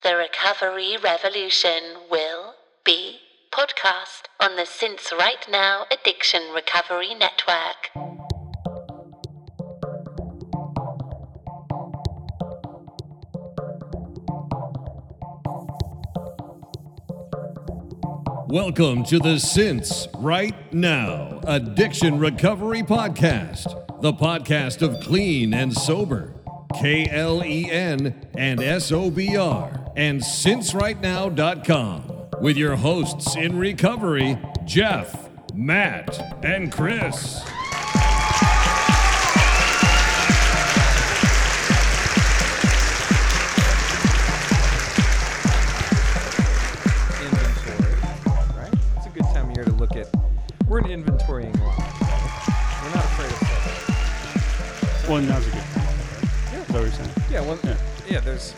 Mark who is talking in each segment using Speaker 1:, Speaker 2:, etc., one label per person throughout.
Speaker 1: The Recovery Revolution will be podcast on the Since Right Now Addiction Recovery Network.
Speaker 2: Welcome to the Since Right Now Addiction Recovery Podcast, the podcast of clean and sober, K L E N and S O B R, and sincerightnow.com with your hosts in recovery, Jeff, Matt, and Chris.
Speaker 3: inventory, right? It's a good time of year to look at. We're an inventorying lot. right? We're not afraid of stuff.
Speaker 4: Well, now's a good time. Yeah. Is that what you're saying?
Speaker 3: Yeah, well, yeah.
Speaker 4: Yeah.
Speaker 3: There's.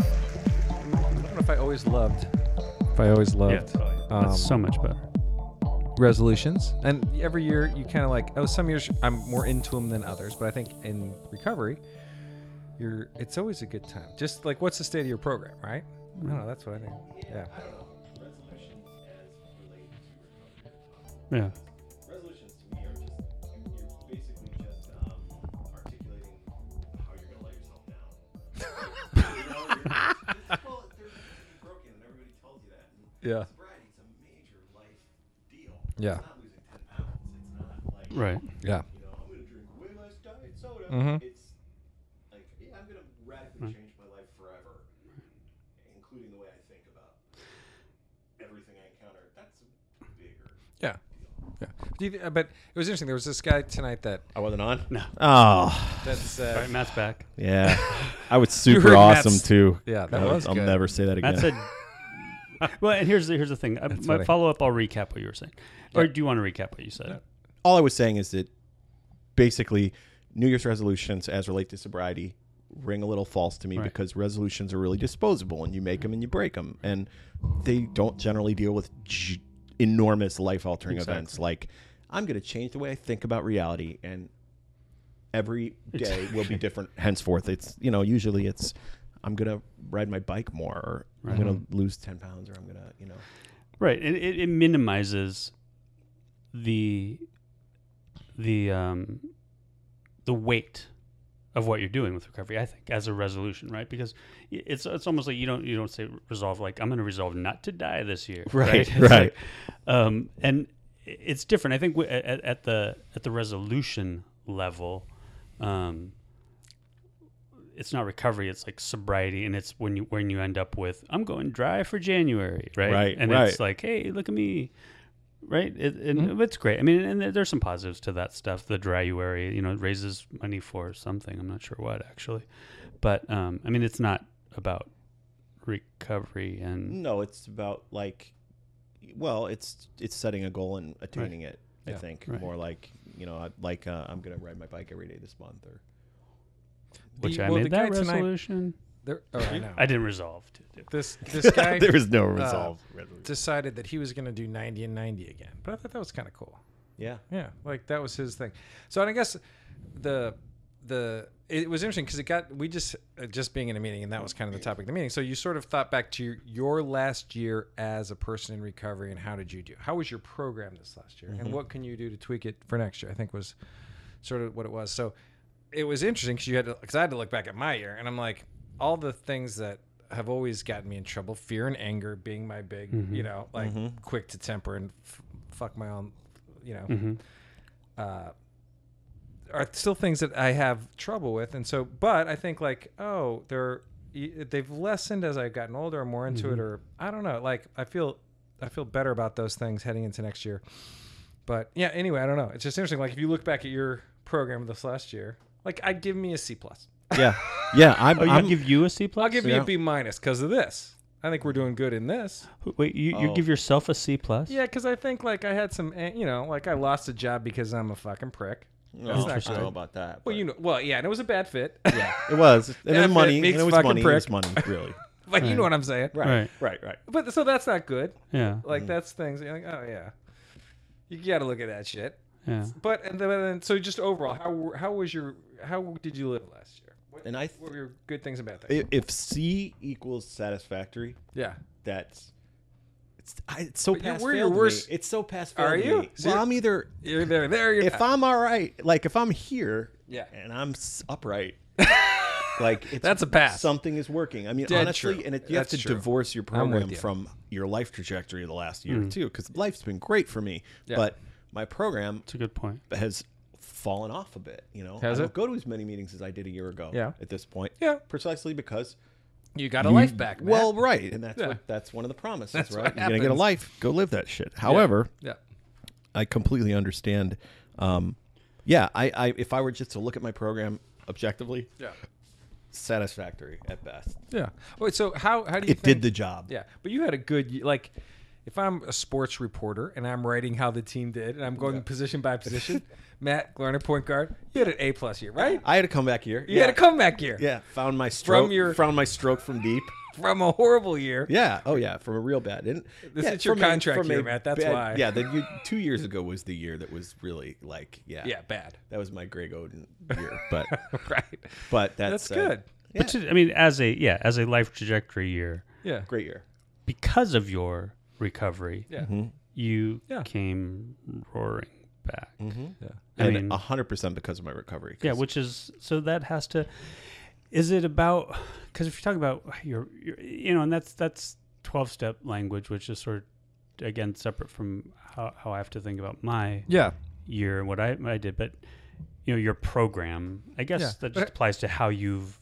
Speaker 3: I don't know if I always loved. If I always loved um,
Speaker 4: That's so much better.
Speaker 3: resolutions, and every year you kind of like. Oh, some years I'm more into them than others, but I think in recovery, you're. It's always a good time. Just like, what's the state of your program, right? I don't know. That's what I think. Yeah.
Speaker 4: Yeah.
Speaker 5: resolutions to me are just you, you're basically just um, articulating how you're gonna let yourself down. you know, you're just, well, there's nothing broken, and everybody tells you that. And
Speaker 3: Yeah.
Speaker 5: sobriety's a major life deal.
Speaker 3: Yeah.
Speaker 5: It's not losing ten pounds. It's not like
Speaker 4: Right.
Speaker 3: Yeah.
Speaker 5: you know I'm gonna drink way less diet soda.
Speaker 3: Mhm.
Speaker 5: It's like yeah, I'm gonna
Speaker 3: Mm-hmm.
Speaker 5: radically change my life forever, including the way I think about everything I encounter. That's bigger.
Speaker 3: Yeah. Yeah. Do you, uh, but it was interesting. There was this guy tonight that
Speaker 5: I wasn't on.
Speaker 4: No.
Speaker 5: Oh.
Speaker 3: that's
Speaker 4: All
Speaker 3: uh,
Speaker 4: right, Matt's back.
Speaker 5: Yeah, I was super
Speaker 3: heard
Speaker 5: awesome
Speaker 3: Matt's-
Speaker 5: too.
Speaker 3: Yeah, that
Speaker 5: I
Speaker 3: was
Speaker 5: I'll
Speaker 3: good.
Speaker 5: never say that again.
Speaker 4: Matt said. well, and here's the, here's the thing. I, my
Speaker 3: funny.
Speaker 4: follow up. I'll recap what you were saying, or do you want to recap what you said?
Speaker 5: All I was saying is that basically, New Year's resolutions as relate to sobriety ring a little false to me
Speaker 4: Right.
Speaker 5: because resolutions are really disposable, and you make them and you break them, and they don't generally deal with g- enormous life altering events like I'm going to change the way I think about reality and. Every day will be different henceforth. It's you know usually it's I'm gonna ride my bike more, or I'm gonna lose ten pounds, or I'm gonna you know
Speaker 4: Right. And it, it minimizes the the um, the weight of what you're doing with recovery. I think as a resolution, right? Because i- it's it's almost like you don't you don't say resolve like I'm going to resolve not to die this year.
Speaker 5: Right,
Speaker 4: It's
Speaker 5: right.
Speaker 4: like, um, and i- it's different. I think w- at, at the at the resolution level. Um, it's not recovery it's like sobriety and it's when you when you end up with i'm going dry for january right
Speaker 5: Right,
Speaker 4: and
Speaker 5: right. Mm-hmm.
Speaker 4: it's like hey look at me right it, and it's great i mean and there- there's some positives to that stuff the dryuary you know it raises money for something i'm not sure what actually but um i mean it's not about recovery
Speaker 3: Mm,
Speaker 4: and
Speaker 5: No, it's about like, well, it's it's setting a goal and attaining it. I
Speaker 3: Yeah.
Speaker 5: think
Speaker 4: Right.
Speaker 5: more like you know, I- like uh, I'm gonna ride my bike every day this month, or
Speaker 4: which
Speaker 3: the-
Speaker 4: i
Speaker 3: well, the
Speaker 4: made that
Speaker 3: guy tonight-
Speaker 4: resolution
Speaker 3: There, oh, I know.
Speaker 4: i didn't resolve to do
Speaker 3: this this guy uh,
Speaker 5: there is no resolve.
Speaker 3: decided that he was going to do 90 and 90 again. But I thought that was kind of cool.
Speaker 5: yeah,
Speaker 3: Yeah, like that was his thing. So and I guess the the it was interesting because it got we just uh, just being in a meeting and that was kind of the topic of the meeting. So you sort of thought back to your, your last year as a person in recovery and how did you do? How was your program this last year? And what can you do to tweak it for next year? I think was sort of what it was. So it was interesting because you had because I had to look back at my year and I'm like all the things that have always gotten me in trouble, fear and anger being my big, you know, like quick to temper and f- fuck my own, you know, are still things that I have trouble with, and so. But I think like, oh, they're y- they've lessened as I've gotten older, I'm more into
Speaker 5: Mm-hmm.
Speaker 3: it, or I don't know. Like I feel, I feel better about those things heading into next year. But yeah, anyway, I don't know. It's just interesting. Like if you look back at your program this last year, like I give me a C plus.
Speaker 5: yeah, yeah. I'm,
Speaker 4: oh you
Speaker 5: I'm
Speaker 4: give you a c plus
Speaker 3: I'll give me
Speaker 5: Yeah.
Speaker 3: a B minus because of this. I think we're doing good in this.
Speaker 4: wait you,
Speaker 5: Oh.
Speaker 4: you give yourself a c plus
Speaker 3: Yeah, because I think like I had some, eh, you know, like I lost a job because I'm a fucking prick.
Speaker 5: no,
Speaker 3: That's not
Speaker 5: Oh, I don't
Speaker 3: good.
Speaker 5: know about that.
Speaker 3: Well,
Speaker 5: but-
Speaker 3: you know, well, yeah, and it was a bad fit.
Speaker 5: yeah, it was, and
Speaker 3: Yeah,
Speaker 5: then money,
Speaker 3: it
Speaker 5: and
Speaker 3: makes
Speaker 5: it was
Speaker 3: fucking
Speaker 5: money, it was
Speaker 3: prick.
Speaker 5: money, really.
Speaker 3: like you know what I'm saying,
Speaker 4: Right.
Speaker 5: right, right.
Speaker 3: But so that's not good.
Speaker 4: yeah
Speaker 5: Mm.
Speaker 3: Like that's things. You're like, oh yeah, you got to look at that shit.
Speaker 4: yeah
Speaker 3: But and then so just overall, how were- how was your how did you live last year? What
Speaker 5: And I,
Speaker 3: What were good things about that?
Speaker 5: th- if C equals satisfactory,
Speaker 3: yeah.
Speaker 5: that's it's I, it's so
Speaker 3: But you're-
Speaker 5: past
Speaker 3: we're
Speaker 5: fail
Speaker 3: your
Speaker 5: to me.
Speaker 3: worst-
Speaker 5: It's so past fail
Speaker 3: Are
Speaker 5: to
Speaker 3: you?
Speaker 5: me.
Speaker 3: So
Speaker 5: Well,
Speaker 3: you're-
Speaker 5: I'm either
Speaker 3: You're there. There. You're
Speaker 5: if I'm all right, like if I'm here,
Speaker 3: Yeah.
Speaker 5: and I'm s- upright, like it's,
Speaker 3: That's a pass.
Speaker 5: Something is working. I mean,
Speaker 3: Dead
Speaker 5: honestly,
Speaker 3: true.
Speaker 5: and it, you have
Speaker 3: That's
Speaker 5: to
Speaker 3: true.
Speaker 5: divorce your
Speaker 3: I'm with
Speaker 5: program
Speaker 3: you.
Speaker 5: from your life trajectory of the last year too, because life's been great for me,
Speaker 3: Yeah.
Speaker 5: but my program
Speaker 4: It's a good point.
Speaker 5: has fallen off a bit. You know,
Speaker 3: Has
Speaker 5: I don't
Speaker 3: it?
Speaker 5: go to as many meetings as I did a year ago.
Speaker 3: Yeah.
Speaker 5: at this point.
Speaker 3: Yeah.
Speaker 5: precisely because
Speaker 3: you got a life back, man.
Speaker 5: well, right, and that's
Speaker 3: Yeah.
Speaker 5: what, that's one of the promises,
Speaker 3: That's
Speaker 5: right?
Speaker 3: what
Speaker 5: You're gonna get a
Speaker 3: happens.
Speaker 5: life. Go live that shit. However.
Speaker 3: yeah.
Speaker 5: I completely understand. Um, yeah, I, I if I were just to look at my program objectively,
Speaker 3: Yeah.
Speaker 5: satisfactory at best.
Speaker 3: Yeah. Wait. So how how do you
Speaker 5: It did
Speaker 3: think-
Speaker 5: the job.
Speaker 3: Yeah, but you had a good y- like. If I'm a sports reporter and I'm writing how the team did and I'm going position by position, Matt Glerner, point guard, you had an A plus year, right?
Speaker 5: I had a comeback year.
Speaker 3: You had a comeback year
Speaker 5: Yeah, found my stroke.
Speaker 3: your-
Speaker 5: found my stroke from deep.
Speaker 3: from a horrible year.
Speaker 5: Yeah. Oh yeah, from a real bad. Didn't,
Speaker 3: This
Speaker 5: yeah,
Speaker 3: is your
Speaker 5: from a-
Speaker 3: contract
Speaker 5: from a
Speaker 3: year, Matt, that's
Speaker 5: bad-
Speaker 3: why.
Speaker 5: Yeah. The, you, two years ago was the year that was really like yeah.
Speaker 3: Yeah, bad.
Speaker 5: That was my Greg Oden year, but
Speaker 3: right.
Speaker 5: but that
Speaker 3: That's
Speaker 5: said,
Speaker 3: good.
Speaker 5: Yeah,
Speaker 4: Which is, I mean, as a yeah, as a life trajectory year,
Speaker 3: Yeah.
Speaker 5: great year.
Speaker 4: because of your recovery,
Speaker 3: Yeah.
Speaker 4: you
Speaker 3: Yeah.
Speaker 4: came roaring back.
Speaker 3: Yeah.
Speaker 4: I
Speaker 5: And
Speaker 4: mean-
Speaker 5: hundred percent because of my recovery. 'cause
Speaker 4: Yeah, which is so that has to. Is it about? Because if you're talking about your, your, you know, and that's that's twelve step language, which is sort of again separate from how, how I have to think about my
Speaker 3: Yeah.
Speaker 4: year and what I what I did, but you know, your program. I guess
Speaker 3: Yeah,
Speaker 4: that
Speaker 3: but I-
Speaker 4: just applies to how you've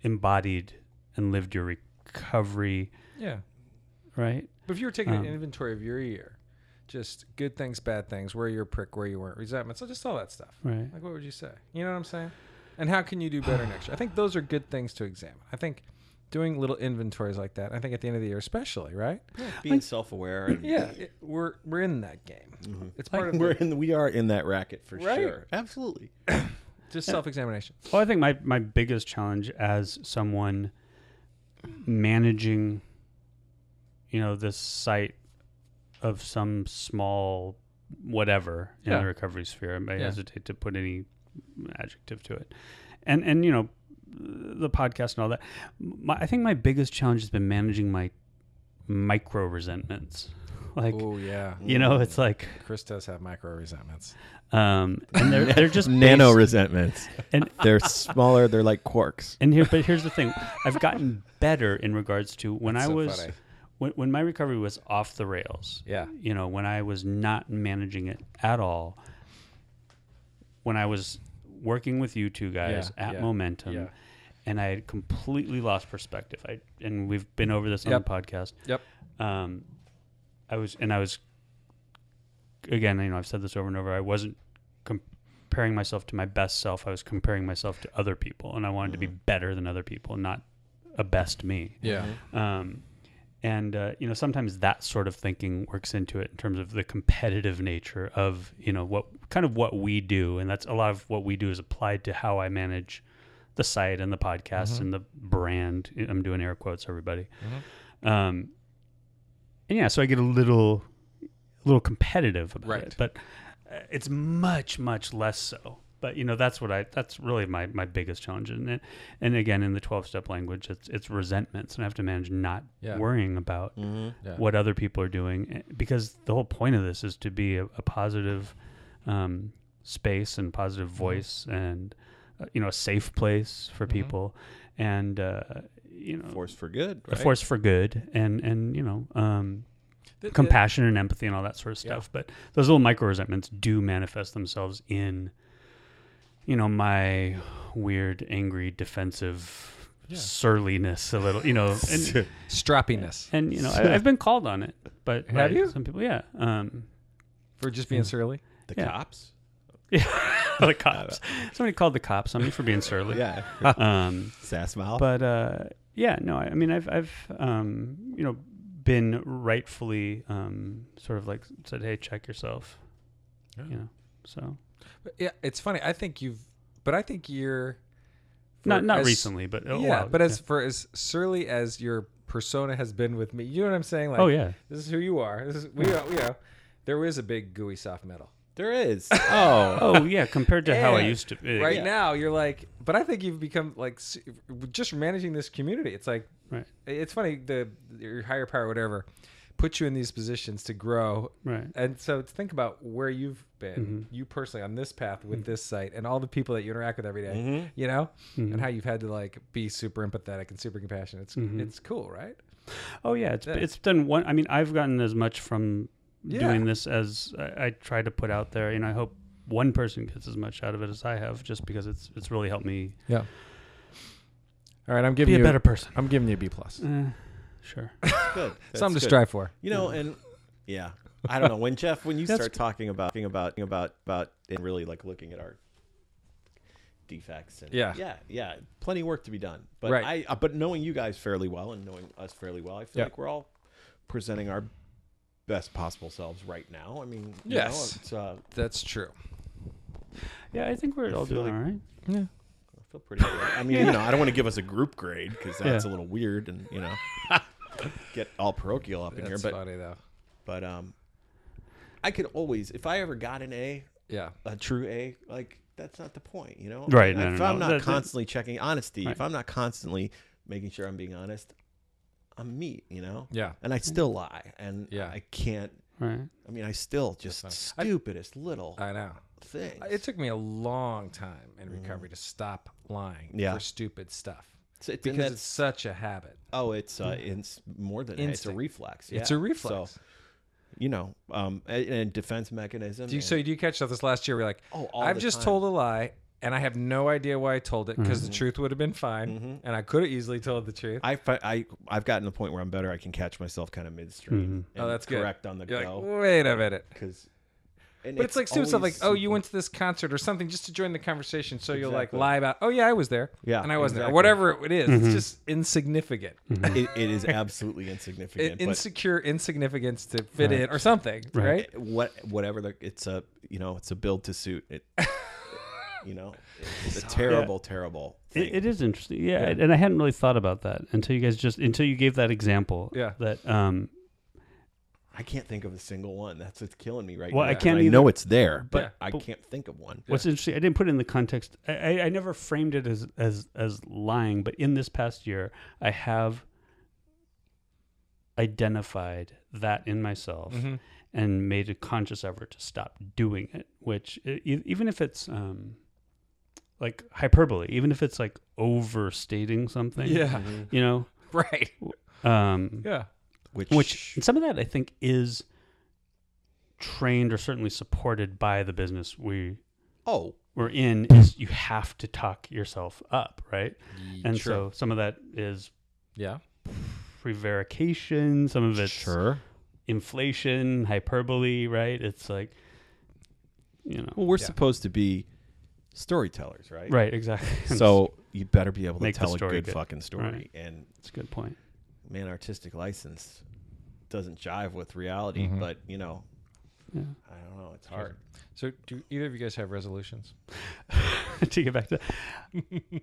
Speaker 4: embodied and lived your recovery,
Speaker 3: Yeah.
Speaker 4: right?
Speaker 3: But if you were taking an
Speaker 4: Um,
Speaker 3: inventory of your year, just good things, bad things, where you're a prick, where you weren't, resentments, just all that stuff.
Speaker 4: Right.
Speaker 3: Like, what would you say? You know what I'm saying? And how can you do better next year? I think those are good things to examine. I think doing little inventories like that, I think at the end of the year, especially, right?
Speaker 5: being self-aware. And,
Speaker 3: Yeah, it- we're we're in that game. It's part of
Speaker 5: We're
Speaker 3: the,
Speaker 5: in. The, we are in that racket for
Speaker 3: Right.
Speaker 5: sure. Absolutely.
Speaker 3: just self examination.
Speaker 4: Well, I think my, my biggest challenge as someone managing, you know, this site of some small whatever in
Speaker 3: Yeah.
Speaker 4: the recovery sphere. I
Speaker 3: Yeah.
Speaker 4: hesitate to put any adjective to it, and and you know, the podcast and all that. My, I think my biggest challenge has been managing my micro resentments, like.
Speaker 3: Oh yeah,
Speaker 4: You know, it's like,
Speaker 3: Chris does have micro resentments.
Speaker 4: um, and they're they're just
Speaker 5: Nano
Speaker 4: based-
Speaker 5: resentments.
Speaker 4: and
Speaker 5: They're smaller. They're like quarks.
Speaker 4: And here, but here's the thing: I've gotten better in regards to when I
Speaker 3: so
Speaker 4: was
Speaker 3: funny.
Speaker 4: when, when my recovery was off the rails.
Speaker 3: Yeah.
Speaker 4: you know, when I was not managing it at all. When I was working with you two guys
Speaker 3: Yeah,
Speaker 4: at
Speaker 3: yeah,
Speaker 4: Momentum,
Speaker 3: yeah.
Speaker 4: and I had completely lost perspective. I and we've been over this on
Speaker 3: Yep.
Speaker 4: the podcast.
Speaker 3: Yep.
Speaker 4: Um, I was and I was again. You know, I've said this over and over. I wasn't comparing myself to my best self. I was comparing myself to other people, and I wanted to be better than other people, not a best me.
Speaker 3: Yeah.
Speaker 4: Um, and uh, you know, sometimes that sort of thinking works into it in terms of the competitive nature of you know what kind of what we do, and that's a lot of what we do is applied to how I manage the site and the podcast and the brand. I'm doing air quotes, everybody. Um, and yeah, so I get a little, a little competitive about
Speaker 3: Right.
Speaker 4: it, but uh, it's much, much less so. But you know, that's what I. That's really my my biggest challenge, and it, and again, in the twelve step language, it's it's resentments, and I have to manage not
Speaker 3: Yeah. Mm-hmm.
Speaker 4: worrying about
Speaker 3: Yeah.
Speaker 4: what other people are doing, eh, because the whole point of this is to be a, a positive um, space and positive
Speaker 3: Mm-hmm.
Speaker 4: voice, and uh, you know, a safe place for people, and uh, you know,
Speaker 5: Force for good.
Speaker 4: a force for good and and you know um compassion and empathy and all that sort of stuff but those little micro resentments do manifest themselves in you know my weird angry defensive surliness a little you know and
Speaker 3: Stroppiness
Speaker 4: and you know I, i've been called on it but have
Speaker 3: you?
Speaker 4: some people yeah um
Speaker 3: for just being surly.
Speaker 5: The
Speaker 4: Yeah.
Speaker 5: cops.
Speaker 4: the cops somebody called the cops on me for being surly
Speaker 5: Yeah.
Speaker 4: um
Speaker 5: Sass mouth.
Speaker 4: but uh, yeah, no, I, I mean, I've, I've, um, you know, been rightfully um, sort of like said, hey, check yourself, you know. So
Speaker 3: But yeah, it's funny. I think you've, but I think you're for
Speaker 4: not not
Speaker 3: as-
Speaker 4: recently, but oh, a
Speaker 3: yeah.
Speaker 4: while.
Speaker 3: But as for as surly as your persona has been with me, you know what I'm saying? Like,
Speaker 4: oh yeah,
Speaker 3: this is who you are. This is we are. You know, there is a big gooey soft metal.
Speaker 5: There is. Oh,
Speaker 4: Oh yeah, compared to how I
Speaker 3: Yeah.
Speaker 4: used to. be.
Speaker 3: right
Speaker 4: Yeah.
Speaker 3: now you're like but i think you've become like s- just managing this community it's like
Speaker 4: Right.
Speaker 3: it's funny the your higher power whatever puts you in these positions to grow
Speaker 4: Right.
Speaker 3: and so to think about where you've been you personally on this path with this site and all the people that you interact with every day,
Speaker 5: Mm-hmm.
Speaker 3: you know and how you've had to like be super empathetic and super compassionate it's, it's cool right
Speaker 4: Oh yeah, it's it's done one. I mean, I've gotten as much from
Speaker 3: Yeah.
Speaker 4: doing this as I, I try to put out there, and I hope one person gets as much out of it as I have, just because it's it's really helped me
Speaker 3: yeah all right i'm
Speaker 4: be
Speaker 3: giving
Speaker 4: a
Speaker 3: you
Speaker 4: better person.
Speaker 3: i'm giving you a b plus
Speaker 4: Sure.
Speaker 5: good. That's
Speaker 3: something to
Speaker 5: good.
Speaker 3: strive for
Speaker 5: You know, and yeah, I don't know when Jeff when you
Speaker 4: That's
Speaker 5: start talking about talking about talking about about and really like looking at our defects and
Speaker 3: Yeah.
Speaker 5: yeah, yeah, plenty of work to be done. But
Speaker 3: Right.
Speaker 5: I uh, but knowing you guys fairly well and knowing us fairly well, I feel
Speaker 3: Yeah.
Speaker 5: like we're all presenting our best possible selves right now. I mean, you
Speaker 3: Yes.
Speaker 5: know, it's, uh,
Speaker 3: that's true
Speaker 4: Yeah, I think we're all
Speaker 5: feel
Speaker 4: doing
Speaker 5: like-
Speaker 4: all right.
Speaker 3: yeah
Speaker 5: I feel pretty. Good. I mean, you know, I don't want to give us a group grade because that's a little weird and you know. Get all parochial up in
Speaker 3: that's
Speaker 5: here, but
Speaker 3: funny though
Speaker 5: but um, I could always if I ever got an A
Speaker 3: yeah
Speaker 5: a true A, like that's not the point, you know?
Speaker 4: Right,
Speaker 5: Like,
Speaker 4: no,
Speaker 5: if
Speaker 4: no,
Speaker 5: I'm
Speaker 4: no.
Speaker 5: not
Speaker 4: That- that-
Speaker 5: constantly checking honesty, if
Speaker 4: Right.
Speaker 5: I'm not constantly making sure I'm being honest, I'm me, you know?
Speaker 3: Yeah.
Speaker 5: And I still lie. And
Speaker 3: Yeah.
Speaker 5: I can't
Speaker 4: Right.
Speaker 5: I mean I still just stupidest little
Speaker 3: i know
Speaker 5: things.
Speaker 3: It took me a long time in recovery to stop lying
Speaker 5: Mm. Yeah.
Speaker 3: for stupid stuff
Speaker 5: It's- it's- and
Speaker 3: because it's
Speaker 5: that's-
Speaker 3: such a habit.
Speaker 5: oh, it's uh it's more than it's a
Speaker 3: Instinct.
Speaker 5: reflex.
Speaker 3: It's
Speaker 5: yeah.
Speaker 3: a reflex.
Speaker 5: So, you know, um and, and defense mechanism.
Speaker 3: do you,
Speaker 5: and-
Speaker 3: so do you catch that this last year? We're like,
Speaker 5: Oh, all
Speaker 3: I've
Speaker 5: the
Speaker 3: just
Speaker 5: time. Mm-hmm.
Speaker 3: told a lie, and I have no idea why I told it because the truth would have been fine, and I could have easily told the truth.
Speaker 5: I, fi- I I've gotten to the point where I'm better. I can catch myself kind of midstream.
Speaker 4: Mm-hmm.
Speaker 3: oh,
Speaker 5: and
Speaker 3: that's good.
Speaker 5: correct on the
Speaker 3: You're
Speaker 5: go.
Speaker 3: Like, Wait a minute.
Speaker 5: because
Speaker 3: But it's, like stupid stuff like, oh, you went to this concert or something just to join the conversation. So you'll like
Speaker 5: Exactly.
Speaker 3: lie about, oh, yeah, I was there.
Speaker 5: Yeah,
Speaker 3: And I wasn't there.
Speaker 5: exactly.
Speaker 3: Or whatever it is. It's just insignificant.
Speaker 5: it, it is absolutely insignificant
Speaker 3: It-
Speaker 5: but
Speaker 3: insecure insignificance to fit in or something, right?
Speaker 5: what whatever the, it's a you know it's a build to suit it you know it's a terrible terrible thing
Speaker 4: It, it is interesting. Yeah, and I hadn't really thought about that until you guys just until you gave that example.
Speaker 3: Yeah.
Speaker 4: That um.
Speaker 5: i can't think of a single one that's what's killing me right
Speaker 4: Well,
Speaker 5: now
Speaker 4: I
Speaker 5: and
Speaker 4: can't
Speaker 5: i
Speaker 4: either.
Speaker 5: know it's there but
Speaker 3: Yeah.
Speaker 5: i can't think of one
Speaker 4: What's interesting, I didn't put it in the context. I, I, I never framed it as, as as lying, but in this past year, I have identified that in myself and made a conscious effort to stop doing it. Which, e- e- even if it's um, like hyperbole, even if it's like overstating something,
Speaker 3: Yeah.
Speaker 5: Mm-hmm.
Speaker 4: you know,
Speaker 3: Right.
Speaker 4: um,
Speaker 3: Yeah.
Speaker 5: which,
Speaker 4: which and some of that I think is trained or certainly supported by the business we
Speaker 5: oh
Speaker 4: we're in is you have to talk yourself up, right? And so some of that is
Speaker 3: Yeah.
Speaker 4: prevarication, some of it's inflation, hyperbole, right? It's like you know.
Speaker 5: well we're supposed to be storytellers right
Speaker 4: Right, exactly.
Speaker 5: so you better be able to
Speaker 4: Make the
Speaker 5: tell a
Speaker 4: story
Speaker 5: good,
Speaker 4: good.
Speaker 5: fucking story
Speaker 4: Right.
Speaker 5: and
Speaker 4: that's a good point.
Speaker 5: man, artistic license doesn't jive with reality, but you know,
Speaker 4: Yeah.
Speaker 5: I don't know, it's Mm-hmm. hard.
Speaker 3: So, do either of you guys have resolutions?
Speaker 4: to get back to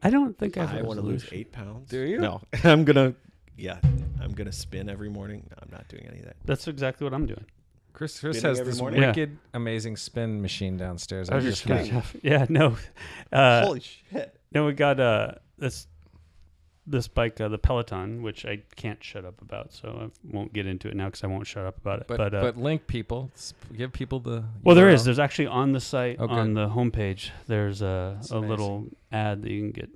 Speaker 4: I don't think I have
Speaker 5: I want to lose
Speaker 4: resolution.
Speaker 5: eight pounds.
Speaker 3: Do you?
Speaker 5: No, I'm gonna, yeah, I'm gonna spin every morning. No, I'm not doing any of that.
Speaker 4: That's exactly what I'm doing.
Speaker 3: Chris, Chris
Speaker 5: Spinning
Speaker 3: has
Speaker 5: every
Speaker 3: this
Speaker 5: morning?
Speaker 4: Yeah.
Speaker 3: wicked, amazing spin machine downstairs. I'm just
Speaker 5: kidding.
Speaker 3: gonna-
Speaker 4: Yeah, no. Uh,
Speaker 5: Holy shit!
Speaker 4: No, we got uh this this bike, uh, the Peloton, which I can't shut up about, so I won't get into it now because I won't shut up about it.
Speaker 3: but,
Speaker 4: But, uh,
Speaker 3: but link people, s- give people the.
Speaker 4: well, there
Speaker 3: URL.
Speaker 4: is. There's actually on the site
Speaker 3: Oh,
Speaker 4: on
Speaker 3: good.
Speaker 4: the homepage. There's a, a
Speaker 3: amazing.
Speaker 4: little ad that you can get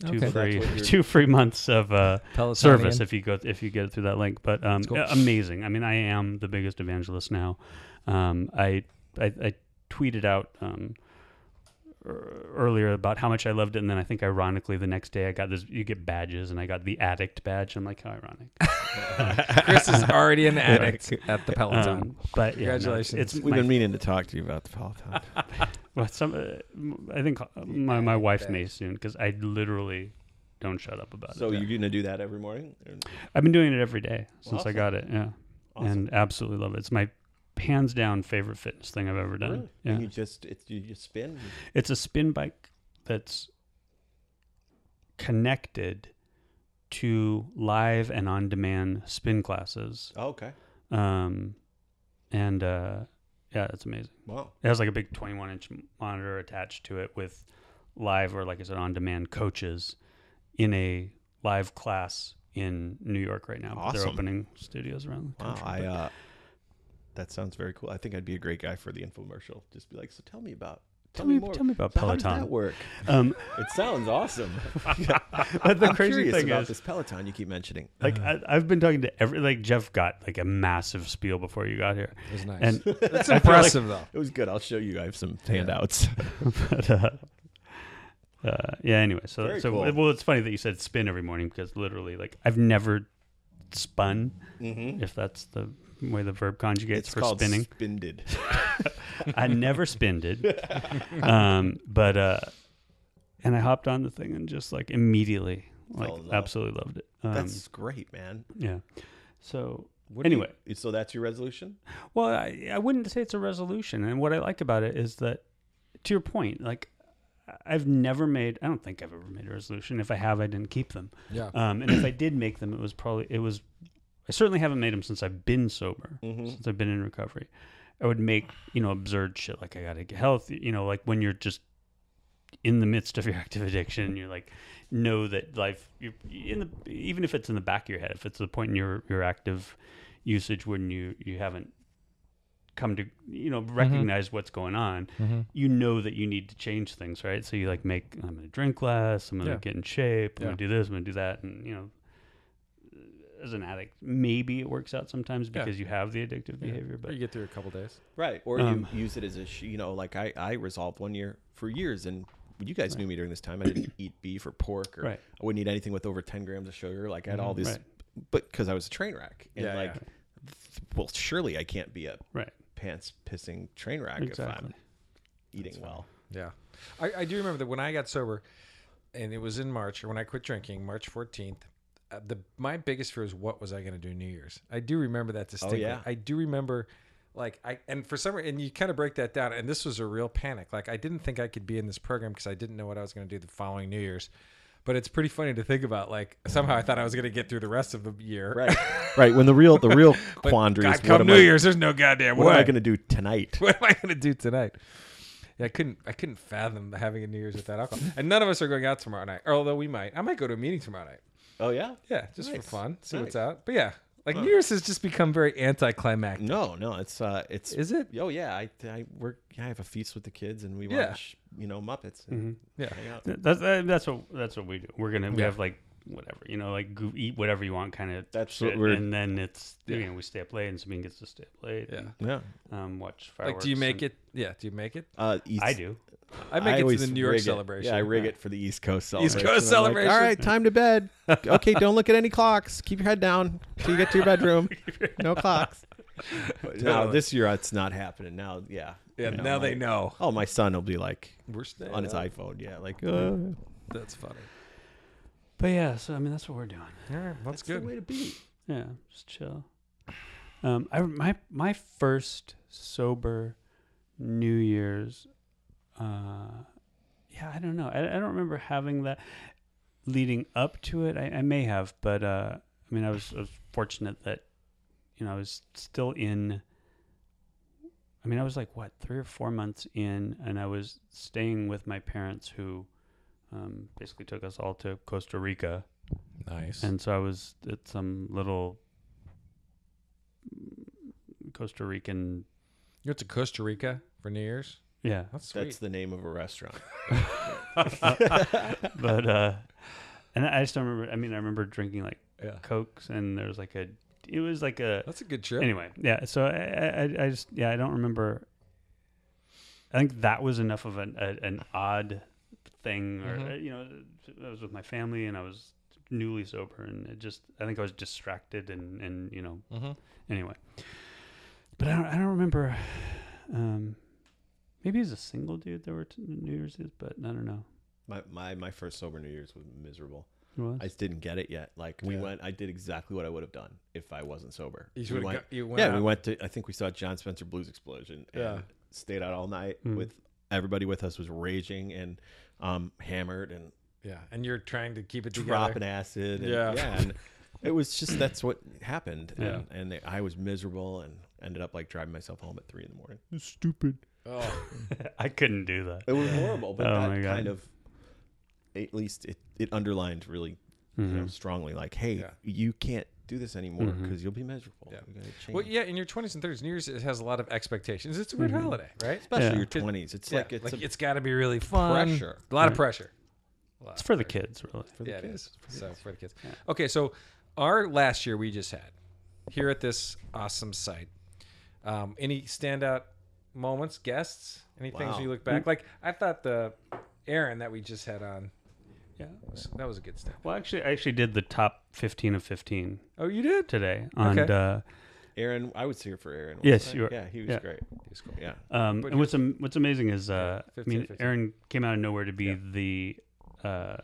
Speaker 4: two
Speaker 3: Okay.
Speaker 4: free
Speaker 5: That's what you're-
Speaker 4: two free months of uh,
Speaker 3: Pelotonian.
Speaker 4: service if you go if you get it through that link. But um,
Speaker 3: cool.
Speaker 4: uh, amazing. I mean, I am the biggest evangelist now. Um, I, I I tweeted out um, er- earlier about how much I loved it, and then I think ironically the next day I got this. You get badges, and I got the addict badge. I'm like, how ironic.
Speaker 3: Chris is already an addict at the Peloton.
Speaker 4: Um, but yeah, no, it's-
Speaker 3: Congratulations.
Speaker 4: it's,
Speaker 5: We've
Speaker 4: my
Speaker 5: been meaning to talk to you about the Peloton.
Speaker 4: Well, some, uh, m- I think uh, my, my wife may soon because I literally don't shut up about
Speaker 5: so
Speaker 4: it.
Speaker 5: you're gonna do that every morning?
Speaker 4: I've been doing it every day since I
Speaker 5: Awesome.
Speaker 4: got it. Yeah, and absolutely love it. It's my hands down favorite fitness thing I've ever done. Yeah,
Speaker 5: And you just it's you just spin.
Speaker 4: it's a spin bike that's connected to live and on demand spin classes.
Speaker 5: Oh, okay.
Speaker 4: Um, and uh, Yeah, that's amazing.
Speaker 5: Wow.
Speaker 4: It has like a big 21 inch monitor attached to it with live or like I said, on demand coaches in a live class in New York right now. But They're
Speaker 5: Awesome.
Speaker 4: opening studios around the
Speaker 5: Wow.
Speaker 4: country.
Speaker 5: I, uh, that sounds very cool. I think I'd be a great guy for the infomercial. Just be like, so tell me about.
Speaker 4: Tell
Speaker 5: Tell,
Speaker 4: me- tell me about
Speaker 5: So How does
Speaker 4: Peloton."
Speaker 5: that work?
Speaker 4: Um,
Speaker 5: It sounds awesome.
Speaker 4: but the
Speaker 5: I'm
Speaker 4: crazy
Speaker 5: curious
Speaker 4: thing
Speaker 5: about
Speaker 4: is,
Speaker 5: this Peloton you keep mentioning.
Speaker 4: like, I, I've been talking to every, like, Jeff got like a massive spiel before you got here.
Speaker 3: was nice.
Speaker 4: And
Speaker 3: That's impressive,
Speaker 5: It was good. I'll show you. I have some handouts.
Speaker 4: but, uh, uh, yeah. Anyway, so
Speaker 5: Very
Speaker 4: so
Speaker 5: cool.
Speaker 4: well, it's funny that you said spin every morning because literally, like, I've never spun. If that's the way the verb conjugates
Speaker 5: Mm-hmm. It's
Speaker 4: for
Speaker 5: called
Speaker 4: spinning,
Speaker 5: Spinded.
Speaker 4: I never spinded. um, but uh, and I hopped on the thing and just like immediately, like,
Speaker 5: in love.
Speaker 4: absolutely loved it. Um,
Speaker 5: That's great, man.
Speaker 4: yeah. So
Speaker 5: What do you-
Speaker 4: anyway,
Speaker 5: so that's your resolution?
Speaker 4: Well, I, I wouldn't say it's a resolution. And what I like about it is that, to your point, like I've never made, I don't think I've ever made a resolution. If I have, I didn't keep them.
Speaker 3: Yeah.
Speaker 4: Um, and if I did make them, it was probably, it was, I certainly haven't made them since I've been sober,
Speaker 3: Mm-hmm.
Speaker 4: since I've been in recovery. I would make, you know, absurd shit like I got to get healthy, you know, like when you're just in the midst of your active addiction, you're like, know that life, you're in the, even if it's in the back of your head, if it's the point in your, your active usage when you, you haven't come to you know
Speaker 3: Mm-hmm.
Speaker 4: recognize what's going on you know that you need to change things right so you like make i'm gonna drink less i'm gonna
Speaker 3: Yeah.
Speaker 4: get in shape i'm
Speaker 3: Yeah.
Speaker 4: gonna do this i'm gonna do that and you know as an addict maybe it works out sometimes
Speaker 3: Yeah.
Speaker 4: because you have the addictive behavior but
Speaker 3: you get through a couple days.
Speaker 5: Right. Or
Speaker 4: Um,
Speaker 5: you use it as a, sh- you know, like I, I resolved one year for years. And you guys knew me during this time. I didn't eat beef or pork or
Speaker 4: Right. Mm-hmm.
Speaker 5: I wouldn't eat anything with over 10 grams of sugar. Like I had all this,
Speaker 4: Right.
Speaker 5: but because I was a train wreck. And
Speaker 3: Yeah,
Speaker 5: like,
Speaker 3: yeah.
Speaker 5: th- well, surely I can't be a
Speaker 4: right
Speaker 5: pants pissing train wreck if
Speaker 4: exactly
Speaker 5: I'm eating well.
Speaker 3: Yeah. I, I do remember that when I got sober, and it was in March, or when I quit drinking, March 14th, uh, the my biggest fear is what was I going to do New Year's? I do remember that distinctly.
Speaker 5: Oh, yeah.
Speaker 3: I do remember, like, I, and for some reason, and you kind of break that down, and this was a real panic. Like, I didn't think I could be in this program because I didn't know what I was going to do the following New Year's. But it's pretty funny to think about. Like, somehow I thought I was going to get through the rest of the year.
Speaker 5: Right. right. When the real, the real
Speaker 3: But
Speaker 5: quandary
Speaker 3: God,
Speaker 5: is what,
Speaker 3: come
Speaker 5: am
Speaker 3: New
Speaker 5: I,
Speaker 3: Year's, there's no goddamn
Speaker 5: what
Speaker 3: way.
Speaker 5: am I going to do tonight?
Speaker 3: what am I going to do tonight? Yeah, I couldn't. I couldn't fathom having a New Year's without alcohol. And none of us are going out tomorrow night. Although we might. I might go to a meeting tomorrow night.
Speaker 5: Oh, yeah.
Speaker 3: Yeah, just for
Speaker 5: Nice.
Speaker 3: fun, see what's
Speaker 5: Nice.
Speaker 3: out. But yeah, like New Year's has just become very anticlimactic.
Speaker 5: No, no, it's uh, it's
Speaker 3: Is it?
Speaker 5: Oh yeah, I I work. I have a feast with the kids, and we
Speaker 3: Yeah.
Speaker 5: watch you know Muppets. And
Speaker 3: Yeah.
Speaker 5: hang out.
Speaker 4: Th- that's that- that's what that's what we do we're gonna we
Speaker 3: Yeah.
Speaker 4: have like whatever you know like go, eat whatever you want kind of
Speaker 5: That's
Speaker 4: shit.
Speaker 5: what we're-
Speaker 4: and then it's you know we stay up late and somebody gets to stay up late
Speaker 3: Yeah.
Speaker 4: and,
Speaker 5: Yeah,
Speaker 4: um watch fireworks
Speaker 3: Like, do you make
Speaker 4: and-
Speaker 3: it? Yeah, do you make it?
Speaker 5: uh, East,
Speaker 4: i do
Speaker 3: I make it to
Speaker 5: always
Speaker 3: the New York
Speaker 5: rig it.
Speaker 3: celebration.
Speaker 5: Yeah, I rig it for the East Coast
Speaker 3: East
Speaker 5: celebration.
Speaker 3: Coast
Speaker 5: I'm like, All
Speaker 3: celebration.
Speaker 5: right, time to bed. okay, don't look at any clocks. Keep your head down till you get to your bedroom. No clocks. Now
Speaker 3: Totally.
Speaker 5: this year it's not happening. Now, yeah,
Speaker 3: Yeah,
Speaker 5: You know,
Speaker 3: now they
Speaker 5: like-
Speaker 3: know
Speaker 5: Oh, my son will be like
Speaker 3: we're staying
Speaker 5: on his
Speaker 3: up.
Speaker 5: iPhone. Yeah, like uh,
Speaker 3: That's funny.
Speaker 4: but yeah so i mean that's what we're doing
Speaker 3: All right, that's,
Speaker 5: it's the
Speaker 3: good.
Speaker 5: way to be.
Speaker 4: Yeah, just chill. Um, I my my first sober New Year's. Uh, yeah, I don't know. I, I don't remember having that leading up to it. I, I may have, but uh, I mean, I was, I was fortunate that you know I was still in. I mean, I was like what three or four months in, and I was staying with my parents who um, basically took us all to Costa Rica.
Speaker 3: Nice.
Speaker 4: And so I was at some little Costa Rican,
Speaker 3: You went to Costa Rica for New Year's.
Speaker 4: yeah,
Speaker 3: That's sweet.
Speaker 5: That's the name of a restaurant.
Speaker 4: but uh, and I just don't remember. I mean, I remember drinking like
Speaker 3: yeah,
Speaker 4: cokes, and there was like a, it was like a.
Speaker 3: that's a good trip.
Speaker 4: Anyway, yeah. So I, I, I just, yeah, I don't remember. I think that was enough of an a, an odd thing, or
Speaker 3: Mhm.
Speaker 4: uh, you know, I was with my family and I was newly sober, and it just, I think I was distracted and and you know
Speaker 3: Mhm.
Speaker 4: anyway but i don't, I don't remember um maybe as a single dude there were t- new year's Eve, but i don't know
Speaker 5: My, my my first sober New Year's was miserable.
Speaker 4: It was?
Speaker 5: I just didn't get it yet. Like we
Speaker 3: Yeah.
Speaker 5: went, I did exactly what I would have done if I wasn't sober.
Speaker 3: You
Speaker 5: we
Speaker 3: would've
Speaker 5: went,
Speaker 3: got- you went
Speaker 5: yeah, we
Speaker 3: out.
Speaker 5: went to. I think we saw John Spencer Blues Explosion. And
Speaker 3: Yeah. Hmm.
Speaker 5: stayed out all night
Speaker 4: Mm.
Speaker 5: with everybody with us was raging and um, hammered and
Speaker 3: Yeah, and you're trying to keep it together.
Speaker 5: dropping acid. And,
Speaker 3: Yeah.
Speaker 5: yeah. and it was just that's what happened.
Speaker 4: Yeah.
Speaker 5: And, and I was miserable and ended up like driving myself home at three in the morning. It's stupid.
Speaker 3: Oh,
Speaker 4: I couldn't do that.
Speaker 5: It was horrible, but
Speaker 4: Oh my
Speaker 5: that
Speaker 4: God.
Speaker 5: kind of, at least it, it underlined really you
Speaker 4: Mm-hmm.
Speaker 5: know, strongly, like, hey,
Speaker 3: Yeah.
Speaker 5: you can't do this anymore because you'll be miserable.
Speaker 3: Yeah.
Speaker 5: You gotta change.
Speaker 3: well, yeah. In your twenties and thirties, New Year's it has a lot of expectations. It's a weird holiday, right?
Speaker 5: Especially
Speaker 4: Yeah.
Speaker 5: your twenties. It's
Speaker 3: Yeah,
Speaker 5: like it's a,
Speaker 3: it's got to be really fun.
Speaker 5: pressure.
Speaker 3: A lot of pressure.
Speaker 4: It's for the kids, really.
Speaker 3: yeah, it is. So for the kids. Okay, so our last year we just had here at this awesome site. Um, any standout moments, guests, any things
Speaker 5: Wow.
Speaker 3: you look back? Like I thought the Aaron that we just had on
Speaker 4: Yeah.
Speaker 3: was- that was a good stand.
Speaker 4: Well, actually, I actually did the top 15 of 15
Speaker 3: Oh, you did?
Speaker 4: today. On
Speaker 3: Okay.
Speaker 4: uh,
Speaker 5: Aaron. I would see her for Aaron.
Speaker 4: Yes,
Speaker 5: wasn't I?
Speaker 4: you were-
Speaker 5: Yeah, he was
Speaker 4: yeah.
Speaker 5: great. He was cool. Yeah.
Speaker 4: um, and what's am- what's amazing is uh,
Speaker 3: Yeah,
Speaker 4: I mean,
Speaker 3: 15.
Speaker 4: Aaron came out of nowhere to be the uh,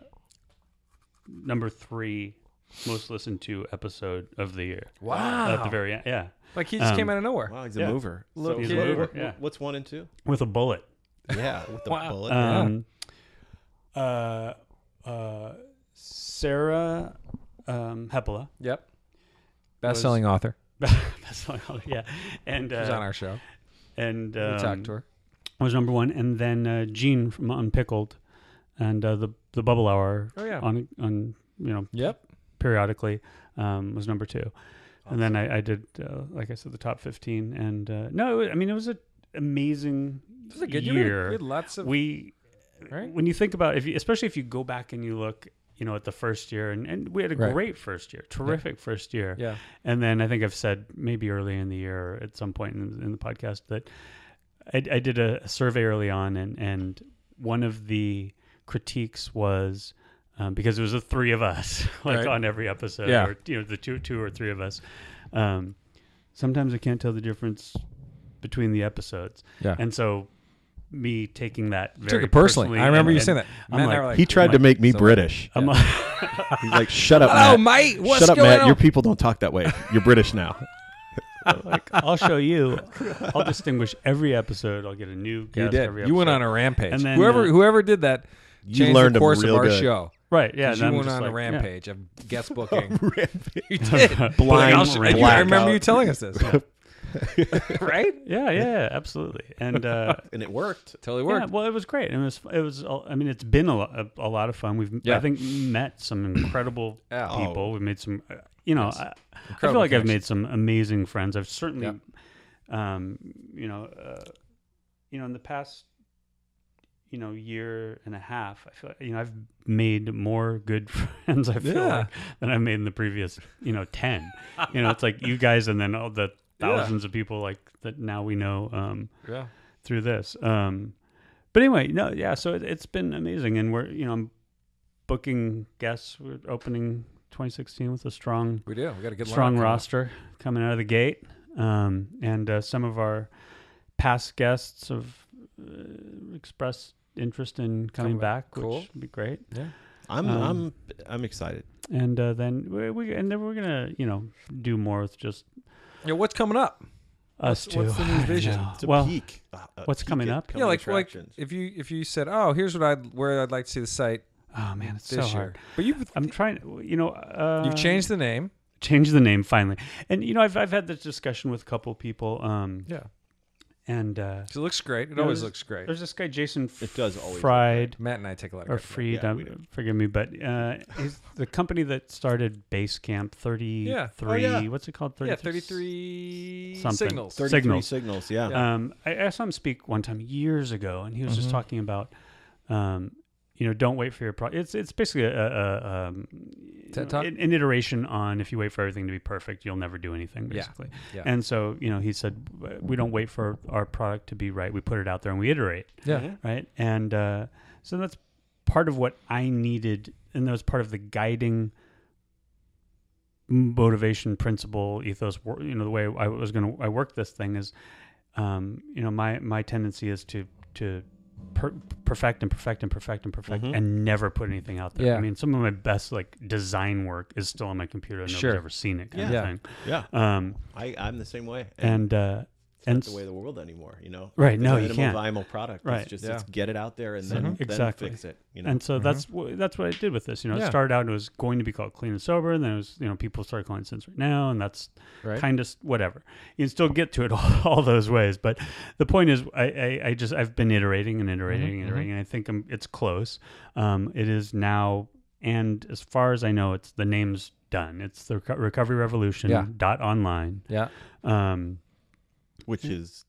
Speaker 4: number three most listened to episode of the year.
Speaker 3: Wow.
Speaker 4: At the very end, yeah,
Speaker 3: Like he just came out of nowhere.
Speaker 5: Wow, he's a
Speaker 4: Yeah.
Speaker 5: mover.
Speaker 3: Look
Speaker 4: He's
Speaker 3: at
Speaker 4: a
Speaker 3: you.
Speaker 4: mover,
Speaker 5: What-
Speaker 4: yeah,
Speaker 5: What's one and two?
Speaker 4: with a bullet.
Speaker 5: Yeah, with the
Speaker 3: Wow.
Speaker 5: bullet.
Speaker 4: Um, uh, uh, Sarah um, Heppola,
Speaker 3: Yep. Best-selling author.
Speaker 4: Best-selling author, yeah, and uh,
Speaker 3: She's on our show.
Speaker 4: and
Speaker 3: We
Speaker 4: um,
Speaker 3: talked to her.
Speaker 4: was number one, and then uh, Gene from Unpickled, and uh, the the Bubble Hour.
Speaker 3: Oh, yeah.
Speaker 4: On on you know
Speaker 3: Yep.
Speaker 4: periodically um, was number two, and then I, I did uh, like I said the top fifteen, and uh, no, I mean it was an amazing
Speaker 3: It was a good year. We had-
Speaker 4: year.
Speaker 3: We had lots of
Speaker 4: we
Speaker 3: right?
Speaker 4: when you think about if you especially if you go back and you look you know at the first year and, and we had a
Speaker 3: Right.
Speaker 4: great first year terrific first year
Speaker 3: Yeah.
Speaker 4: and then i think i've said maybe early in the year or at some point in, in the podcast that i, I did a, a survey early on and and one of the critiques was um, because it was the three of us like
Speaker 3: Right.
Speaker 4: on every episode
Speaker 3: Yeah.
Speaker 4: or you know the two two or three of us um, sometimes i can't tell the difference between the episodes
Speaker 3: Yeah.
Speaker 4: and so me taking that very
Speaker 3: took it personally. I remember
Speaker 4: and-
Speaker 3: you saying that.
Speaker 4: and
Speaker 3: Matt
Speaker 4: I'm
Speaker 3: and I
Speaker 4: like,
Speaker 3: were like,
Speaker 5: he tried to make me British.
Speaker 4: I'm like-
Speaker 5: He's like, "Shut up,
Speaker 3: "Hello,
Speaker 5: Matt.
Speaker 3: mate. Oh, What's
Speaker 5: Shut up,
Speaker 3: going
Speaker 5: Matt.
Speaker 3: on?"
Speaker 5: Your people don't talk that way. You're British now."
Speaker 4: I'll show you. I'll distinguish every episode. I'll get a new guest.
Speaker 3: You did.
Speaker 4: Every
Speaker 3: You went
Speaker 4: episode.
Speaker 3: on a rampage.
Speaker 4: And then,
Speaker 3: whoever
Speaker 4: uh,
Speaker 3: whoever did that changed
Speaker 5: learned
Speaker 3: the
Speaker 5: 'em
Speaker 3: course of
Speaker 5: real
Speaker 3: our
Speaker 5: good.
Speaker 3: show.
Speaker 4: right. Yeah,
Speaker 3: 'Cause
Speaker 4: and
Speaker 3: you
Speaker 4: I'm
Speaker 3: went
Speaker 4: just
Speaker 3: on a
Speaker 4: like, yeah.
Speaker 3: rampage of guest booking. you did.
Speaker 4: Blind
Speaker 3: Like, I'll show-
Speaker 4: rampage.
Speaker 3: I remember
Speaker 5: blackout.
Speaker 3: you telling us this. right?
Speaker 4: Yeah, yeah, yeah, absolutely. And uh,
Speaker 5: and it worked.
Speaker 3: Totally
Speaker 4: yeah,
Speaker 3: worked.
Speaker 4: well, it was great. It was. It was. all- I mean, it's been a lot, a, a lot of fun. We've,
Speaker 3: Yeah.
Speaker 4: I think, met some incredible
Speaker 3: Yeah. Oh.
Speaker 4: people. We made some. uh, You know, I, I feel
Speaker 3: Incredible
Speaker 4: like I've
Speaker 3: connections.
Speaker 4: made some amazing friends. I've certainly, um, you know, uh, you know, in the past, you know, year and a half, I feel like, you know I've made more good friends. I feel
Speaker 3: Yeah.
Speaker 4: like, than I made in the previous, you know, ten. you know, it's like you guys, and then all the
Speaker 3: Yeah.
Speaker 4: thousands of people like that now we know. Um,
Speaker 3: Yeah.
Speaker 4: through this. Um, but anyway, no, yeah. So it, it's been amazing, and we're you know I'm booking guests. We're opening 2016 with a strong
Speaker 3: We do. We got a good
Speaker 4: strong
Speaker 3: lineup.
Speaker 4: roster coming out of the gate, um, and uh, some of our past guests have uh, expressed interest in coming
Speaker 3: Coming back.
Speaker 4: back,
Speaker 3: Cool.
Speaker 4: which would be great.
Speaker 5: I'm
Speaker 4: Um,
Speaker 5: I'm I'm excited.
Speaker 4: And uh, then we, we and then we're gonna you know do more with just
Speaker 3: Yeah, what's coming up?
Speaker 4: us two.
Speaker 3: what's the new
Speaker 4: I don't
Speaker 3: vision?
Speaker 4: know.
Speaker 5: It's a
Speaker 4: well,
Speaker 5: peak. uh, a
Speaker 4: what's
Speaker 5: peak
Speaker 4: coming
Speaker 5: at
Speaker 4: up? Yeah,
Speaker 5: coming
Speaker 3: yeah, like like
Speaker 5: attractions.
Speaker 3: if you if you said, "Oh, here's what I would where I'd like to see the site
Speaker 4: oh man, it's so
Speaker 3: this year."
Speaker 4: hard.
Speaker 3: But you've
Speaker 4: I'm trying. You know, uh,
Speaker 3: you've changed the name.
Speaker 4: change the name finally. And you know, I've I've had this discussion with a couple people. Um,
Speaker 3: Yeah.
Speaker 4: and uh,
Speaker 3: It looks great. It
Speaker 4: know,
Speaker 3: always
Speaker 4: there's-
Speaker 3: looks great.
Speaker 4: there's this guy Jason. F-
Speaker 5: It does always look
Speaker 4: fried
Speaker 3: Matt and I take a lot of
Speaker 4: or
Speaker 3: credit for that.
Speaker 4: freed.
Speaker 5: Yeah,
Speaker 4: um,
Speaker 5: we do.
Speaker 4: forgive me, but uh, he's the company that started Basecamp. Thirty-three.
Speaker 5: yeah.
Speaker 4: What's it called?
Speaker 3: Yeah, 33
Speaker 4: something.
Speaker 3: signals.
Speaker 5: 33
Speaker 4: signals.
Speaker 5: signals. Yeah.
Speaker 4: Um, I, I saw him speak one time years ago, and he was just talking about, um, you know, don't wait for your pro. It's it's basically a, a, a um, you
Speaker 3: TED
Speaker 4: know,
Speaker 3: Talk?
Speaker 4: an, an iteration on if you wait for everything to be perfect, you'll never do anything. Basically,
Speaker 3: Yeah.
Speaker 4: And so you know, he said we don't wait for our product to be right. We put it out there and we iterate
Speaker 3: Yeah.
Speaker 4: right? And uh, so that's part of what I needed, and that was part of the guiding motivation, principle, ethos. wor- You know, the way I was going to I work this thing is, um, you know, my my tendency is to to per- perfect and perfect and perfect and perfect and never put anything out there.
Speaker 3: Mm-hmm. Yeah.
Speaker 4: I mean, some of my best like design work is still on my computer. and Nobody's
Speaker 3: Sure.
Speaker 4: ever seen it. Kind
Speaker 3: Yeah.
Speaker 4: of thing.
Speaker 5: Yeah.
Speaker 4: Um,
Speaker 5: I I'm the same way.
Speaker 4: and uh, and
Speaker 5: not the way of the world anymore. You know,
Speaker 4: Right,
Speaker 5: It's
Speaker 4: no, you
Speaker 5: an animal
Speaker 4: can't.
Speaker 5: viable product.
Speaker 4: Right. Mm-hmm.
Speaker 5: It's just
Speaker 3: Yeah.
Speaker 5: it's get it out there and then, then
Speaker 4: Exactly.
Speaker 5: fix it. You know,
Speaker 4: and so that's wh- that's what I did with this. You know,
Speaker 3: Mm-hmm. Yeah.
Speaker 4: it started out and it was going to be called clean and sober, and then it was you know people started calling it Since right now, and that's
Speaker 3: Right.
Speaker 4: kind of whatever. You can still get to it all, all those ways, but the point is, I, I, I just I've been iterating and
Speaker 3: Mm-hmm,
Speaker 4: iterating and iterating, and I think i it's close. Um, it is now, and as far as I know, it's the name's done. It's the Reco- Recovery Revolution
Speaker 3: Yeah.
Speaker 4: dot online.
Speaker 3: Yeah.
Speaker 4: Um,
Speaker 5: which is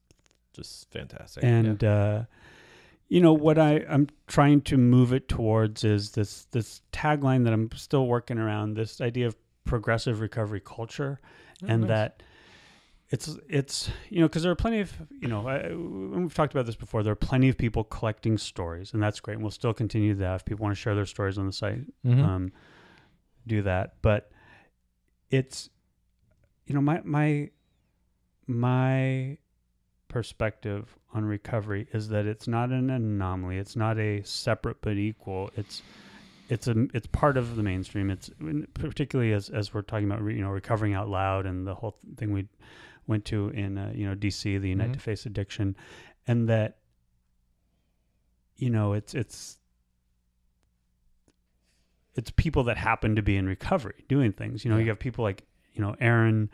Speaker 5: just fantastic.
Speaker 4: mm. and uh, you know what I I'm trying to move it towards is this this tagline that I'm still working around this idea of progressive recovery culture, and that it's it's you know because there are plenty of you know I, and we've talked about this before there are plenty of people collecting stories and that's great and we'll still continue that if people want to share their stories on the site
Speaker 3: Mm-hmm.
Speaker 4: um, do that but it's you know my my my perspective on recovery is that it's not an anomaly it's not a separate but equal it's it's a it's part of the mainstream it's particularly as as we're talking about re- you know recovering out loud and the whole thing we went to in uh, you know DC the Unite to Face Addiction and that you know it's it's it's people that happen to be in recovery doing things you know you have people like you know Aaron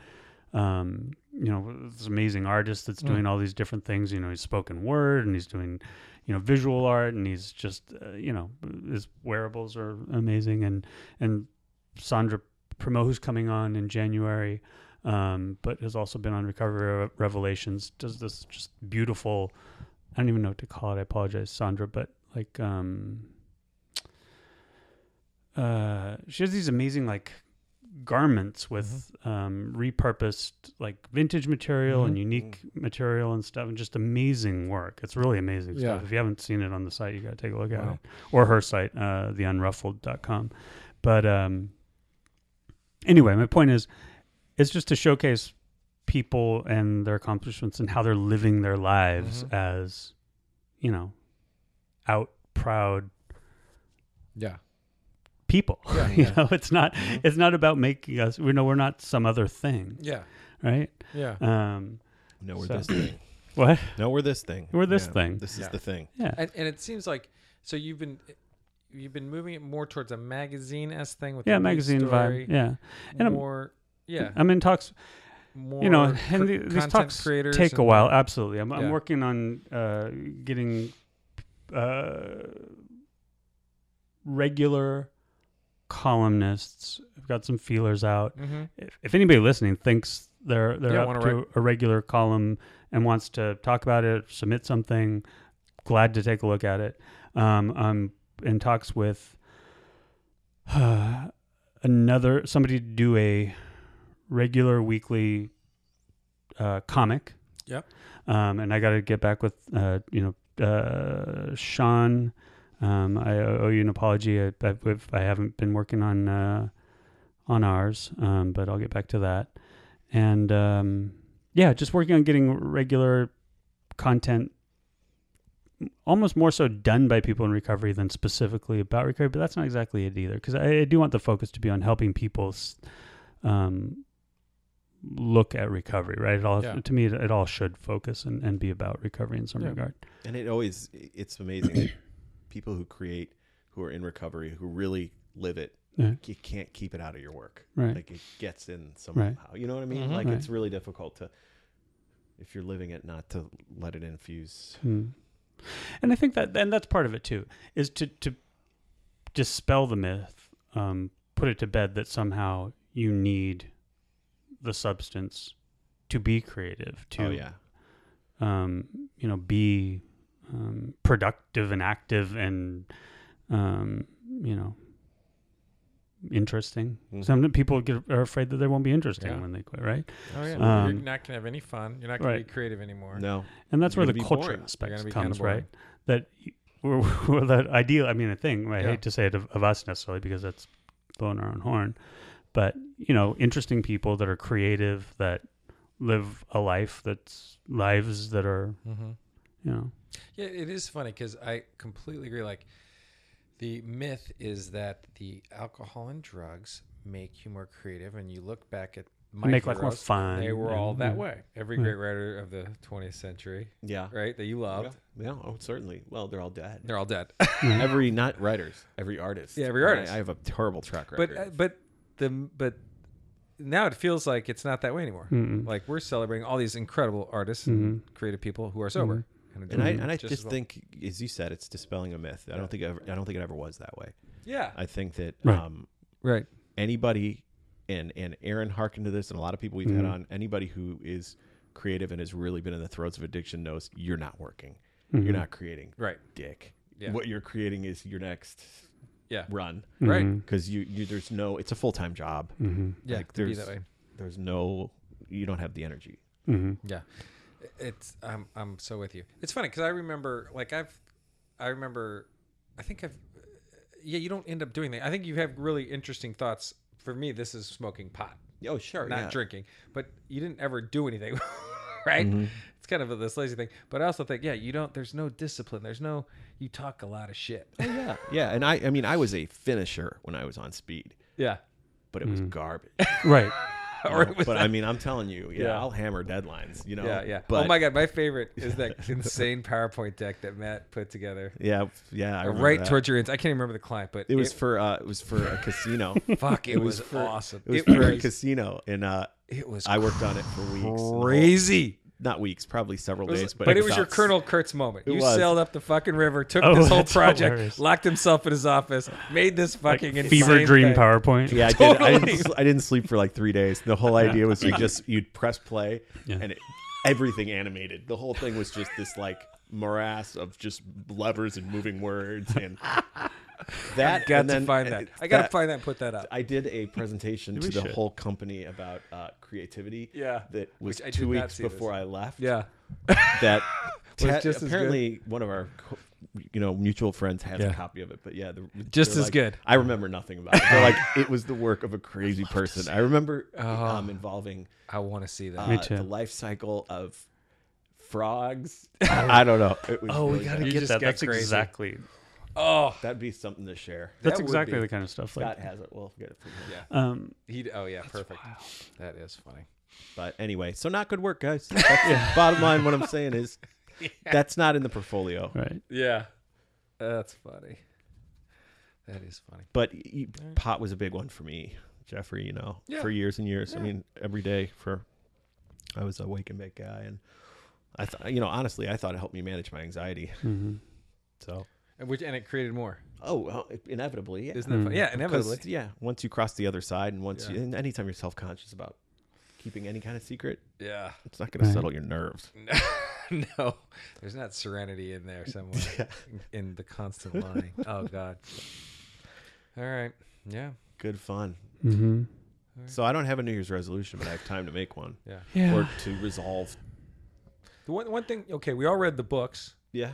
Speaker 4: um, you know, this amazing artist that's doing all these different things. You know, he's spoken word and he's doing, you know, visual art and he's just, uh, you know, his wearables are amazing. And and Sandra Primo, who's coming on in January, um, but has also been on Recovery Re- Revelations, does this just beautiful. I don't even know what to call it. I apologize, Sandra, but like, um, uh, she has these amazing like garments with um, repurposed like vintage material and unique material and stuff and just amazing work it's really amazing stuff
Speaker 3: Yeah.
Speaker 4: if you haven't seen it on the site you got to take a look at it or her site uh, theunruffled.com but um, anyway my point is it's just to showcase people and their accomplishments and how they're living their lives
Speaker 3: Mm-hmm.
Speaker 4: as you know out proud
Speaker 3: Yeah.
Speaker 4: people you know it's not
Speaker 3: Mm-hmm.
Speaker 4: it's not about making us we know we're not some other thing
Speaker 3: Yeah. Uh,
Speaker 4: right
Speaker 3: Yeah.
Speaker 4: um
Speaker 5: no, we're
Speaker 4: so-
Speaker 5: this thing.
Speaker 4: what
Speaker 5: No, we're this thing.
Speaker 4: We're this thing.
Speaker 5: This is
Speaker 3: Yeah.
Speaker 5: the thing.
Speaker 4: yeah
Speaker 3: And, and it seems like so you've been you've been moving it more towards a magazine s thing with
Speaker 4: yeah
Speaker 3: the lead
Speaker 4: magazine
Speaker 3: story,
Speaker 4: vibe yeah and I'm,
Speaker 3: more yeah
Speaker 4: I'm in talks
Speaker 3: more
Speaker 4: you know
Speaker 3: cr-
Speaker 4: and the, these
Speaker 3: content
Speaker 4: talks
Speaker 3: creators
Speaker 4: take a
Speaker 3: and-
Speaker 4: while absolutely i'm,
Speaker 3: Yeah.
Speaker 4: I'm working on uh, getting uh, regular columnists i've got some feelers out
Speaker 3: Mhm.
Speaker 4: if, if anybody listening thinks they're they're
Speaker 3: Yeah,
Speaker 4: up
Speaker 3: wanna
Speaker 4: to
Speaker 3: write-
Speaker 4: a regular column and wants to talk about it submit something glad to take a look at it um, i'm in talks with another somebody to do a regular weekly uh, comic.
Speaker 3: Yep.
Speaker 4: Um, and I got to get back with uh, you know uh, Sean. Um, I owe you an apology. I, I, if I haven't been working on uh, on ours, um, but I'll get back to that. And um, yeah, just working on getting regular content. Almost more so done by people in recovery than specifically about recovery, but that's not exactly it either. Because I, I do want the focus to be on helping people s- um, look at recovery, right? It all
Speaker 3: Yeah.
Speaker 4: to me, it, it all should focus and, and be about recovery in some
Speaker 3: Yeah.
Speaker 4: regard.
Speaker 5: And it always it's amazing that people who create who are in recovery who really live it.
Speaker 4: Yeah.
Speaker 5: You can't keep it out of your work.
Speaker 4: Right.
Speaker 5: Like it gets in somehow. You know what I
Speaker 3: Mm-hmm.
Speaker 5: mean? Like
Speaker 4: Right.
Speaker 5: it's really difficult to if you're living it not to let it infuse.
Speaker 4: Hmm. And I think that and that's part of it too is to to dispel the myth, um, put it to bed that somehow you need the substance to be creative, to
Speaker 5: Oh yeah.
Speaker 4: um, you know, be um, productive and active and um, you know, interesting.
Speaker 5: Mm-hmm.
Speaker 4: Some people get, are afraid that they won't be interesting
Speaker 3: Yeah.
Speaker 4: when they quit, right?
Speaker 3: oh yeah
Speaker 4: Um,
Speaker 3: you're not gonna have any fun you're not gonna
Speaker 4: right.
Speaker 3: be creative anymore
Speaker 5: No.
Speaker 4: And that's
Speaker 5: You're
Speaker 4: where the
Speaker 5: gonna be
Speaker 4: culture
Speaker 5: boring.
Speaker 4: aspect
Speaker 3: You're gonna be kinda
Speaker 4: comes,
Speaker 3: boring.
Speaker 4: right? That y- we're, we're that ideal. I mean, a thing. I
Speaker 3: Yeah.
Speaker 4: hate to say it of, of us necessarily because that's blowing our own horn, but you know, interesting people that are creative that live a life that's lives that are, you know,
Speaker 3: Yeah, it is funny because I completely agree. Like, the myth is that the alcohol and drugs make you more creative, and you look back at my
Speaker 4: make life more
Speaker 3: heroes,
Speaker 4: fun
Speaker 3: They were all
Speaker 4: and-
Speaker 3: that way. Every great writer of the 20th century,
Speaker 5: Mm-hmm. Yeah.
Speaker 3: right? That you loved,
Speaker 5: Yeah. yeah. Oh, certainly. Well, they're all dead.
Speaker 3: they're all dead.
Speaker 5: every not writers, every artist.
Speaker 3: Yeah, every
Speaker 5: I-
Speaker 3: artist.
Speaker 5: I, have a terrible track record.
Speaker 3: but uh, but the but now it feels like it's not that way anymore. Like we're celebrating all these incredible artists
Speaker 4: Mm-hmm.
Speaker 3: and creative people who are sober.
Speaker 5: and I and I
Speaker 3: Just
Speaker 5: just,
Speaker 3: as well.
Speaker 5: think, as you said, it's dispelling a myth. I don't think it ever, I don't think it ever was that way.
Speaker 3: yeah,
Speaker 5: I think that
Speaker 4: Right.
Speaker 5: um,
Speaker 3: right.
Speaker 5: anybody and and Aaron hearkened to this, and a lot of people we've had on. Anybody who is creative and has really been in the throes of addiction knows you're not working. You're not creating.
Speaker 3: Right.
Speaker 5: Dick.
Speaker 3: Yeah.
Speaker 5: What you're creating is your next
Speaker 3: Yeah,
Speaker 4: Mm-hmm.
Speaker 5: run.
Speaker 3: right.
Speaker 5: Because you, you there's no it's a full time job.
Speaker 3: Yeah,
Speaker 5: Like
Speaker 3: to be
Speaker 5: there's
Speaker 3: that way.
Speaker 5: there's no you don't have the energy.
Speaker 3: Yeah, it's I'm I'm so with you. It's funny because I remember like I've I remember I think I've yeah you don't end up doing that. I think you have really interesting thoughts. For me, this is smoking pot,
Speaker 5: Oh sure.
Speaker 3: not drinking, but you didn't ever do anything, right?
Speaker 5: Mm-hmm.
Speaker 3: It's kind of a, this lazy thing. But I also think yeah you don't. There's no discipline. There's no you talk a lot of shit.
Speaker 5: Oh, yeah. Yeah. And I I mean I was a finisher when I was on speed,
Speaker 3: yeah,
Speaker 5: but it was garbage.
Speaker 4: Right.
Speaker 3: or it Mm. was
Speaker 5: but I mean I'm telling you, yeah,
Speaker 3: Yeah.
Speaker 5: I'll hammer deadlines, you know.
Speaker 3: yeah yeah.
Speaker 5: But
Speaker 3: oh my god, my favorite is that insane PowerPoint deck that Matt put together.
Speaker 5: Yeah, yeah. I remember
Speaker 3: Right
Speaker 5: that.
Speaker 3: towards your ends. I can't even remember the client, but
Speaker 5: it was for uh it was for a casino. it
Speaker 3: Fuck, it, was,
Speaker 5: for-
Speaker 3: awesome.
Speaker 5: was
Speaker 3: It
Speaker 5: for a
Speaker 3: was-
Speaker 5: casino and uh
Speaker 3: It was
Speaker 5: I worked on it for weeks. and all-
Speaker 3: crazy.
Speaker 5: Not weeks, probably several
Speaker 3: It was-
Speaker 5: days,
Speaker 3: but
Speaker 5: but
Speaker 3: it was your
Speaker 5: felt-
Speaker 3: Colonel Kurtz moment. You
Speaker 5: was.
Speaker 3: sailed up the fucking river, took
Speaker 4: Oh,
Speaker 3: this whole
Speaker 4: that's
Speaker 3: project,
Speaker 4: hilarious.
Speaker 3: locked himself in his office, made this
Speaker 4: Like
Speaker 3: fucking insane
Speaker 4: fever dream
Speaker 3: thing.
Speaker 4: PowerPoint.
Speaker 5: Yeah, I, did, I,
Speaker 3: Totally.
Speaker 5: didn't, sl- I didn't sleep for like three days. The whole idea was you just you'd press play
Speaker 4: Yeah.
Speaker 5: and it, everything animated. The whole thing was just this like morass of just levers and moving words and that.
Speaker 3: Got
Speaker 5: and
Speaker 3: to
Speaker 5: then-
Speaker 3: find
Speaker 5: uh,
Speaker 3: that. I gotta find that and put that up.
Speaker 5: I did a presentation to
Speaker 4: We
Speaker 5: the
Speaker 4: should.
Speaker 5: whole company about uh, creativity.
Speaker 3: Yeah.
Speaker 5: that was
Speaker 3: Which I
Speaker 5: two
Speaker 3: did not
Speaker 5: weeks
Speaker 3: see this.
Speaker 5: before I left.
Speaker 3: yeah.
Speaker 5: that
Speaker 3: Was
Speaker 5: Ted-
Speaker 3: just as good.
Speaker 5: apparently one of our co- you know mutual friends has
Speaker 3: Yeah.
Speaker 5: a copy of it but yeah the,
Speaker 3: Just
Speaker 5: they're
Speaker 3: as
Speaker 5: like-
Speaker 3: good.
Speaker 5: i remember nothing about it they're like it was the work of a crazy person i remember um, involving
Speaker 3: I wanna see that.
Speaker 5: uh,
Speaker 4: too.
Speaker 5: the life cycle of frogs i don't know it was
Speaker 4: Oh, we
Speaker 5: really
Speaker 4: gotta
Speaker 5: good.
Speaker 3: You
Speaker 4: get
Speaker 3: just
Speaker 4: that.
Speaker 3: got
Speaker 4: That's
Speaker 3: crazy.
Speaker 4: exactly.
Speaker 3: oh
Speaker 5: that'd be something to share
Speaker 4: That's
Speaker 3: would
Speaker 4: exactly
Speaker 3: be-
Speaker 4: the kind of stuff. Like,
Speaker 5: Scott has it. We'll get it from him.
Speaker 4: um,
Speaker 3: he oh yeah, perfect. That is funny.
Speaker 5: But anyway, so not good work, guys. That's the bottom line, what I'm saying is that's not in the portfolio.
Speaker 4: right.
Speaker 3: Yeah. That's funny. That is funny.
Speaker 5: But y- y- pot was a big one for me, Jeffrey. You know,
Speaker 3: Yeah.
Speaker 5: for years and years. I mean, every day for I was a wake and bake guy, and I thought, you know, honestly, I thought it helped me manage my anxiety. So,
Speaker 3: And which and it created more.
Speaker 5: Mm-hmm. oh, well, it- inevitably, yeah.
Speaker 3: Isn't that funny? Yeah,
Speaker 5: 'Cause,
Speaker 3: inevitably.
Speaker 5: yeah, once you cross the other side, and once
Speaker 3: Yeah.
Speaker 5: you, and anytime you're self conscious about keeping any kind of secret,
Speaker 3: Yeah.
Speaker 5: it's not going to settle your nerves.
Speaker 3: no, there's not serenity in there somewhere in the constant lying. Oh God. All right. Yeah.
Speaker 5: Good fun.
Speaker 4: Mm-hmm.
Speaker 5: So I don't have a New Year's resolution, but I have time to make one.
Speaker 3: Yeah.
Speaker 5: Or to resolve.
Speaker 3: The one one thing. Okay, we all read the books.
Speaker 5: Yeah.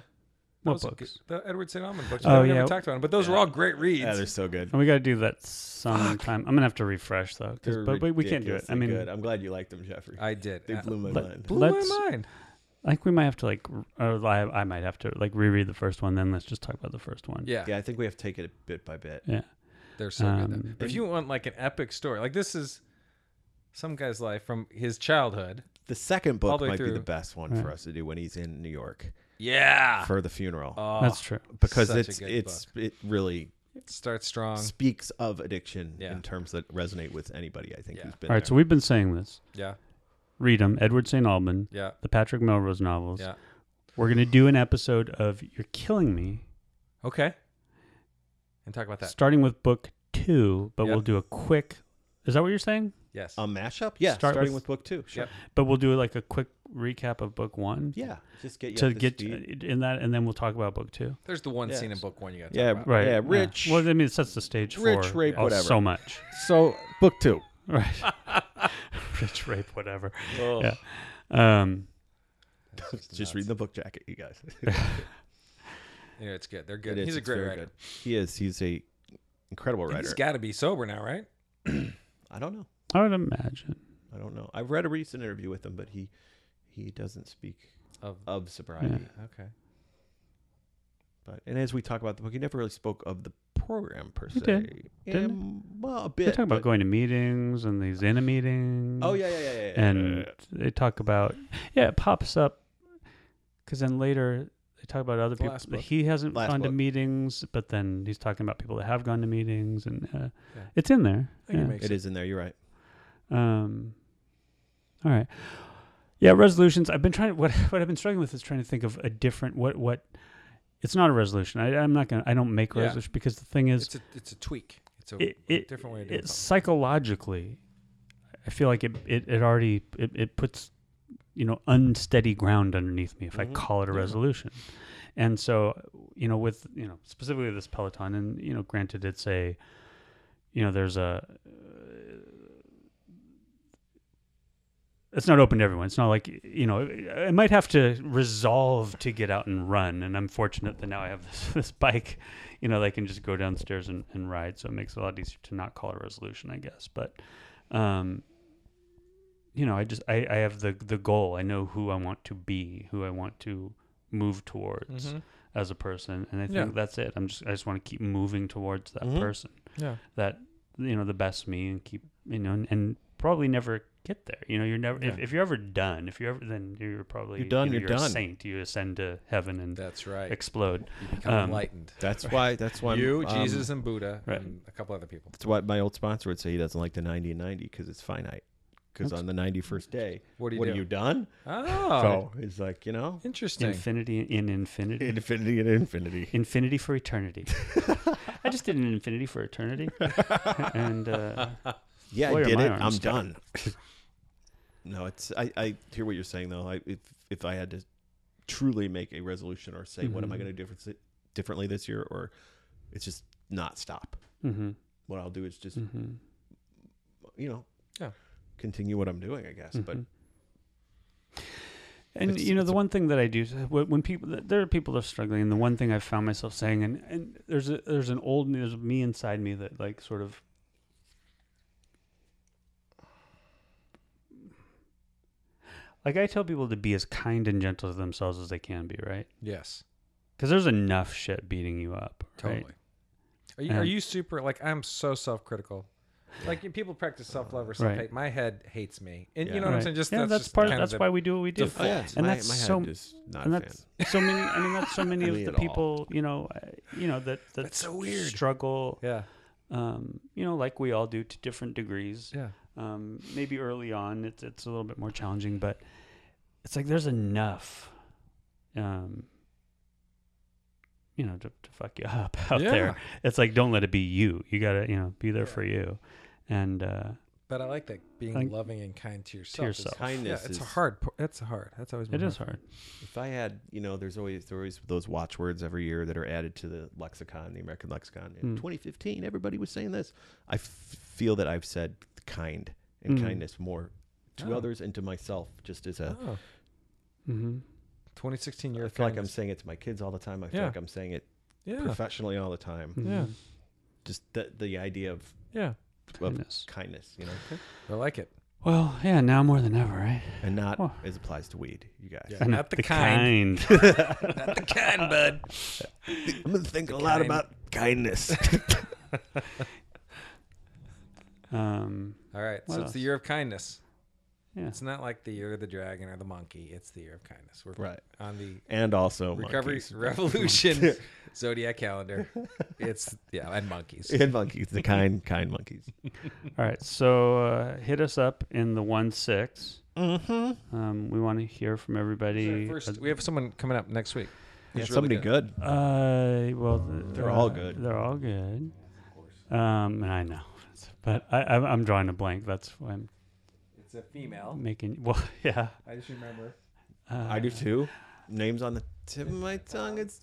Speaker 4: What
Speaker 3: Those are
Speaker 4: books?
Speaker 3: good- The Edward St. Almond books.
Speaker 4: Oh,
Speaker 3: we never
Speaker 4: yeah.
Speaker 3: talked about them, but those were all great reads.
Speaker 5: Yeah, they're so good.
Speaker 4: And we got to do that sometime. I'm gonna have to refresh though, 'cause-
Speaker 5: They're
Speaker 4: but we, we can't do it. I
Speaker 5: ridiculously
Speaker 4: mean,
Speaker 5: good. I'm glad you liked them, Jeffrey.
Speaker 3: I did.
Speaker 5: they
Speaker 3: Uh,
Speaker 5: blew my
Speaker 4: but-
Speaker 5: mind.
Speaker 3: blew
Speaker 4: Let's-
Speaker 3: my mind.
Speaker 4: I think we might have to like, r- or I, I might have to like reread the first one. Then let's just talk about the first one.
Speaker 3: Yeah,
Speaker 5: yeah, I think we have to take it bit by bit.
Speaker 4: Yeah.
Speaker 3: they're so good. though.
Speaker 4: Um,
Speaker 3: But if you want like an epic story, like this is some guy's life from his childhood.
Speaker 5: The second
Speaker 3: All
Speaker 5: book
Speaker 3: the way
Speaker 5: might be
Speaker 3: through.
Speaker 5: the best one for us to do when he's in New York
Speaker 3: Yeah.
Speaker 5: for the funeral
Speaker 3: Ah. Oh,
Speaker 4: That's true.
Speaker 5: because
Speaker 3: such a
Speaker 5: it's
Speaker 3: good
Speaker 5: it's it really
Speaker 3: start strong.
Speaker 5: speaks of addiction
Speaker 3: Yeah.
Speaker 5: in terms that resonate with anybody. I think
Speaker 3: Yeah.
Speaker 5: who's been
Speaker 4: All right.
Speaker 5: there.
Speaker 4: So we've been saying this.
Speaker 3: Yeah.
Speaker 4: Read them. Edward St. Alban,
Speaker 3: Yeah.
Speaker 4: the Patrick Melrose novels.
Speaker 3: Yeah.
Speaker 4: We're gonna do an episode of "You're Killing Me,"
Speaker 3: Okay. And talk about that.
Speaker 4: starting with book two, but
Speaker 3: Yeah.
Speaker 4: we'll do a quick. Is that what you're saying?
Speaker 3: Yes.
Speaker 5: a mashup. Yeah,
Speaker 4: Start
Speaker 5: starting
Speaker 4: with-
Speaker 5: with, book two. Sure.
Speaker 3: Yep.
Speaker 4: But we'll do like a quick recap of book one.
Speaker 5: Yeah, just get you
Speaker 4: To
Speaker 5: up to
Speaker 4: get
Speaker 5: speed.
Speaker 4: in that, and then we'll talk about book two.
Speaker 3: There's the one
Speaker 5: Yeah.
Speaker 3: scene in book one you got.
Speaker 5: Yeah,
Speaker 3: Yeah. Talk about.
Speaker 4: Right.
Speaker 5: Yeah, rich-
Speaker 4: Well, I mean, it sets the stage
Speaker 5: rich
Speaker 4: for
Speaker 5: rape,
Speaker 4: oh,
Speaker 5: whatever.
Speaker 4: so much.
Speaker 5: so book two.
Speaker 4: Right. rich rape, whatever. Yeah. Um,
Speaker 5: Just read the book jacket, you guys.
Speaker 3: Yeah, it's good. They're
Speaker 5: It
Speaker 3: good.
Speaker 5: is,
Speaker 3: He's a
Speaker 5: it's
Speaker 3: great
Speaker 5: very
Speaker 3: writer.
Speaker 5: good. He is. He's a incredible
Speaker 3: He's
Speaker 5: writer.
Speaker 3: got to be sober now, right?
Speaker 5: I don't know.
Speaker 4: I would imagine.
Speaker 5: I don't know. I've read a recent interview with him, but he he doesn't speak
Speaker 4: Uh,
Speaker 3: Of-
Speaker 5: of sobriety.
Speaker 3: Okay.
Speaker 5: But and as we talk about the book, you never really spoke of the program per se.
Speaker 4: did,
Speaker 5: Yeah,
Speaker 4: didn't
Speaker 5: well, a
Speaker 4: They
Speaker 5: bit.
Speaker 4: talk about
Speaker 5: but-
Speaker 4: going to meetings and these in a meetings.
Speaker 5: Oh yeah, yeah, yeah, yeah. yeah, yeah, yeah,
Speaker 4: and they talk about yeah it pops up because then later they talk about other
Speaker 3: The
Speaker 4: people
Speaker 3: last
Speaker 4: that
Speaker 3: book.
Speaker 4: he hasn't
Speaker 5: Last
Speaker 4: gone to
Speaker 5: book.
Speaker 4: meetings but then he's talking about people that have gone to meetings and uh,
Speaker 3: Yeah.
Speaker 4: it's in there
Speaker 3: I think it
Speaker 4: yeah.
Speaker 3: makes
Speaker 5: yeah. it is in there. You're right.
Speaker 4: um all right yeah resolutions i've been trying what what i've been struggling with is trying to think of a different what what it's not a resolution I, i'm not gonna i don't make
Speaker 3: Yeah.
Speaker 4: resolution because the thing is
Speaker 3: It's a, it's a tweak. It's a
Speaker 4: it, it,
Speaker 3: different way of
Speaker 4: it
Speaker 3: doing it.
Speaker 4: psychologically i feel like it it, it already it, it puts you know unsteady ground underneath me if
Speaker 3: Mm-hmm.
Speaker 4: i call it a resolution and so you know with you know specifically this peloton and you know granted it's a you know there's a it's not open to everyone. It's not like you know. I might have to resolve to get out and run, and I'm fortunate that now I have this, this bike. You know, that I can just go downstairs and, and ride, so it makes it a lot easier to not call it a resolution, I guess. But, um, you know, I just I, I have the the goal. I know who I want to be, who I want to move towards
Speaker 3: Mhm.
Speaker 4: as a person, and I think
Speaker 3: Yeah.
Speaker 4: that's it. I'm just I just want to keep moving towards that
Speaker 5: Mhm.
Speaker 4: person
Speaker 3: Yeah.
Speaker 4: that you know the best me and keep you know and, and probably never get there you know you're never if,
Speaker 3: Yeah.
Speaker 4: if you're ever done if you're ever then you're probably
Speaker 5: You're done,
Speaker 4: either
Speaker 5: you're
Speaker 4: a
Speaker 5: done.
Speaker 4: saint you ascend to heaven and
Speaker 3: That's right.
Speaker 4: explode
Speaker 3: You become
Speaker 4: um,
Speaker 3: enlightened.
Speaker 5: That's why. That's why
Speaker 3: you,
Speaker 5: um,
Speaker 3: Jesus, and Buddha,
Speaker 4: right.
Speaker 3: and a couple other people.
Speaker 5: That's why my old sponsor would say he doesn't like the 90 and 90 because it's finite. Because on the 91st day,
Speaker 3: What do you
Speaker 5: what
Speaker 3: do?
Speaker 5: are you done?
Speaker 3: Oh,
Speaker 5: so it's like, you know,
Speaker 3: interesting.
Speaker 4: infinity in infinity
Speaker 5: infinity and infinity.
Speaker 4: infinity for eternity i just did an infinity for eternity and uh,
Speaker 5: Yeah,
Speaker 4: Boy,
Speaker 5: I
Speaker 4: are
Speaker 5: did
Speaker 4: my
Speaker 5: it.
Speaker 4: arms
Speaker 5: I'm
Speaker 4: stuck.
Speaker 5: done. no, it's I, I hear what you're saying though. I, if if I had to truly make a resolution or say what am I
Speaker 4: Mhm.
Speaker 5: going to do different, differently this year, or it's just not stop.
Speaker 4: mm-hmm,
Speaker 5: What I'll do is just
Speaker 4: mm-hmm,
Speaker 5: you know,
Speaker 3: Yeah.
Speaker 5: continue what I'm doing, I guess. But
Speaker 4: mhm. and
Speaker 5: it's-
Speaker 4: you know
Speaker 5: it's
Speaker 4: the
Speaker 5: a-
Speaker 4: one thing that i do wh- when people there are people that are struggling and the one thing i've found myself saying and, and there's a there's an old there's a me inside me that like sort of like i tell people to be as kind and gentle to themselves as they can be right
Speaker 3: yes,
Speaker 4: because there's enough shit beating you up right? Um,
Speaker 3: totally. Are you, are
Speaker 4: And-
Speaker 3: you super like I'm so self critical. Like you- people practice self love or self
Speaker 4: Right.
Speaker 3: hate. My head hates me, and
Speaker 5: Yeah.
Speaker 3: you know what I'm
Speaker 4: Right.
Speaker 3: saying. Just
Speaker 4: yeah,
Speaker 3: that's,
Speaker 4: that's
Speaker 3: just
Speaker 4: part.
Speaker 3: Kind
Speaker 4: that's
Speaker 3: of the,
Speaker 4: why we do what we do.
Speaker 5: Oh,
Speaker 3: default. Yeah,
Speaker 4: and that's so-
Speaker 5: is not
Speaker 4: and that's so many. I mean, that's so many
Speaker 5: Me
Speaker 4: of the
Speaker 5: at all.
Speaker 4: people. You know, uh, you know that that
Speaker 3: That's so weird.
Speaker 4: struggle.
Speaker 3: yeah,
Speaker 4: Um, you know, like we all do to different degrees.
Speaker 3: yeah,
Speaker 4: Um, maybe early on, it's it's a little bit more challenging, but it's like there's enough. Um, you know, to, to fuck you up out
Speaker 3: yeah.
Speaker 4: there. It's like don't let it be you. You gotta, you know, be there for you. And uh,
Speaker 3: But I like that being
Speaker 4: Like-
Speaker 3: loving and kind to yourself. is-
Speaker 4: yourself.
Speaker 5: Kindness
Speaker 3: Yeah, it's a
Speaker 5: is-
Speaker 3: hard. po- That's hard. That's always.
Speaker 4: it
Speaker 3: been
Speaker 4: is hard.
Speaker 5: If I had, you know, there's always there's always those watchwords every year that are added to the lexicon, the American lexicon. In
Speaker 3: Hmm.
Speaker 4: Mm.
Speaker 5: 2015, everybody was saying this. I f- feel that I've said kind and
Speaker 4: Mm.
Speaker 5: kindness more to
Speaker 3: Hmm. Oh.
Speaker 5: others and to myself, just as a.
Speaker 3: Oh,
Speaker 4: Mm-hmm.
Speaker 3: 2016 year.
Speaker 5: I feel like I'm saying it to my kids all the time. I feel
Speaker 3: Yeah.
Speaker 5: like I'm saying it
Speaker 3: Yeah, Hmm.
Speaker 5: professionally all the time.
Speaker 3: Yeah.
Speaker 5: Just the, the idea of,
Speaker 3: yeah.
Speaker 5: of
Speaker 4: Kindness.
Speaker 5: kindness, you know,
Speaker 3: I like it.
Speaker 4: Well, yeah, now more than ever, right?
Speaker 5: and not
Speaker 4: Well.
Speaker 5: as applies to weed, you guys.
Speaker 3: Yeah.
Speaker 4: I know,
Speaker 3: Not the kind.
Speaker 4: kind.
Speaker 3: Not the kind, bud.
Speaker 5: I'm gonna think a lot
Speaker 3: kind.
Speaker 5: about kindness.
Speaker 4: um,
Speaker 3: All right,
Speaker 4: What
Speaker 3: so
Speaker 4: else?
Speaker 3: it's the year of kindness.
Speaker 4: yeah.
Speaker 3: It's not like the year of the dragon or the monkey. It's the year of kindness. We're
Speaker 5: Right.
Speaker 3: on the
Speaker 5: and also
Speaker 3: recovery
Speaker 5: monkeys.
Speaker 3: revolution zodiac calendar. It's yeah, and monkeys.
Speaker 5: and monkeys, the kind kind monkeys.
Speaker 4: All right, so uh, hit us up in the one six.
Speaker 5: Mm-hmm.
Speaker 4: Um, we want to hear from everybody.
Speaker 3: First, we have someone coming up next week.
Speaker 5: Yeah,
Speaker 3: It's really
Speaker 5: somebody good.
Speaker 4: Uh, well, th-
Speaker 5: They're
Speaker 4: uh,
Speaker 5: all good.
Speaker 4: They're all good. Um, and I know, but I, I'm, I'm drawing a blank. That's why I'm
Speaker 3: It's a female.
Speaker 4: making. Well, yeah.
Speaker 3: I just remember.
Speaker 4: Uh,
Speaker 5: I do too. Names on the tip of my tongue. It's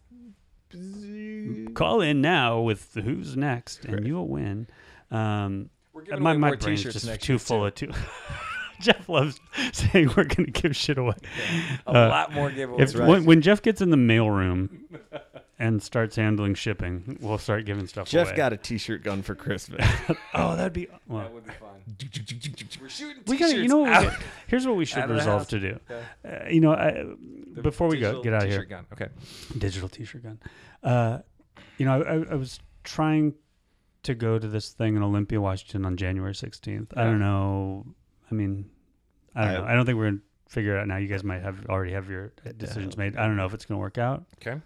Speaker 4: Call in now with the who's next, and you'll win. Um,
Speaker 3: We're
Speaker 4: Uh,
Speaker 3: giving
Speaker 4: my
Speaker 3: away
Speaker 4: my
Speaker 3: more
Speaker 4: brain's
Speaker 3: t-shirts
Speaker 4: just
Speaker 3: next
Speaker 4: too
Speaker 3: year,
Speaker 4: full
Speaker 3: too.
Speaker 4: of too. Jeff loves saying we're going to give shit away.
Speaker 3: a
Speaker 4: uh,
Speaker 3: lot more giveaways.
Speaker 4: If,
Speaker 5: right.
Speaker 4: when, when Jeff gets in the mailroom and starts handling shipping, we'll start giving stuff away.
Speaker 5: Jeff got a T-shirt gun for Christmas.
Speaker 4: Oh, that'd be well,
Speaker 3: That would be fun. We're shooting
Speaker 4: We got to, you
Speaker 3: t-shirts
Speaker 4: know, what we
Speaker 3: out-
Speaker 4: got- here's what we should
Speaker 3: out of the
Speaker 4: resolve
Speaker 3: house.
Speaker 4: to do. Uh, you know, I, before we
Speaker 3: digital
Speaker 4: go, get out of here.
Speaker 3: t-shirt Gun. Okay.
Speaker 4: digital t-shirt gun. Uh, you know, I, I, I was trying to go to this thing in Olympia, Washington, on January sixteenth. I
Speaker 3: Yeah.
Speaker 4: don't know. I mean, I don't
Speaker 5: I-
Speaker 4: know. I don't think we're gonna figure it out now. You guys might have already have your uh, decisions made. I don't know if it's gonna work out.
Speaker 3: Okay.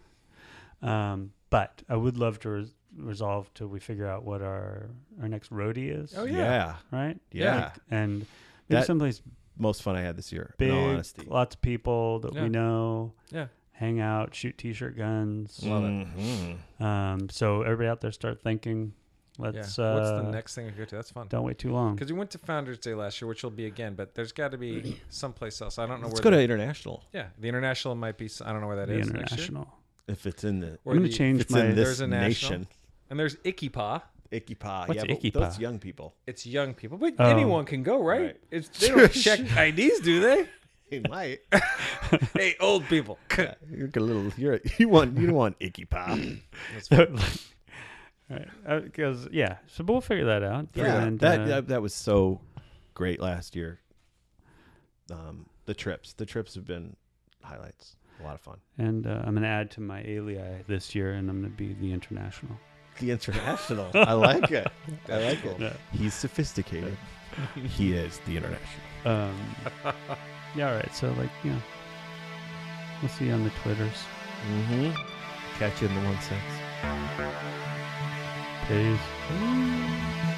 Speaker 4: Um, but I would love to res- resolve till we figure out what our our next roadie is.
Speaker 3: Oh yeah.
Speaker 5: yeah. yeah,
Speaker 4: Right.
Speaker 5: Yeah.
Speaker 4: Like, and maybe
Speaker 5: That-
Speaker 4: someplace
Speaker 5: most fun I had this year.
Speaker 4: big,
Speaker 5: in all honesty,
Speaker 4: lots of people that
Speaker 3: Yeah.
Speaker 4: we know.
Speaker 3: Yeah.
Speaker 4: Hang out, shoot t-shirt guns.
Speaker 5: Mhm.
Speaker 4: Um, so everybody out there, start thinking.
Speaker 3: Yeah.
Speaker 4: Let's. Uh,
Speaker 3: What's the next thing we go to? That's fun.
Speaker 4: Don't wait too long.
Speaker 3: Because we went to Founders Day last year, which will be again, but there's got to be someplace else. I don't know
Speaker 5: Let's
Speaker 3: where.
Speaker 5: go to international
Speaker 3: the, yeah, the international might be. s- I don't know where that
Speaker 4: The
Speaker 3: is. next year.
Speaker 4: international.
Speaker 5: if it's in the.
Speaker 3: Or
Speaker 4: I'm gonna
Speaker 3: the-
Speaker 4: change
Speaker 5: It's
Speaker 4: my.
Speaker 5: in this
Speaker 3: There's a national.
Speaker 5: nation.
Speaker 3: And there's Icky Pa.
Speaker 5: Icky pa.
Speaker 4: What's
Speaker 5: yeah, but
Speaker 4: Icky Pa?
Speaker 5: That's young people.
Speaker 3: It's young people, but
Speaker 4: Oh.
Speaker 3: anyone can go, right?
Speaker 5: Right.
Speaker 3: It's they don't check IDs, do they?
Speaker 5: They might.
Speaker 3: Hey, old people.
Speaker 5: You're a little. You're. You want. You don't want icky pa.
Speaker 4: Because Uh, yeah, so but we'll figure that out.
Speaker 5: Yeah,
Speaker 4: And,
Speaker 5: that,
Speaker 4: uh,
Speaker 5: that that was so great last year. Um, the trips, the trips have been highlights. A lot of fun.
Speaker 4: and uh, I'm gonna add to my alii this year, and I'm gonna be the international.
Speaker 5: The international, I like it. I like it.
Speaker 4: Yeah.
Speaker 5: He's sophisticated. he is the international.
Speaker 4: Um, yeah. All right. So like you know, we'll see you on the twitters.
Speaker 5: Catch you in the one six.
Speaker 4: Peace.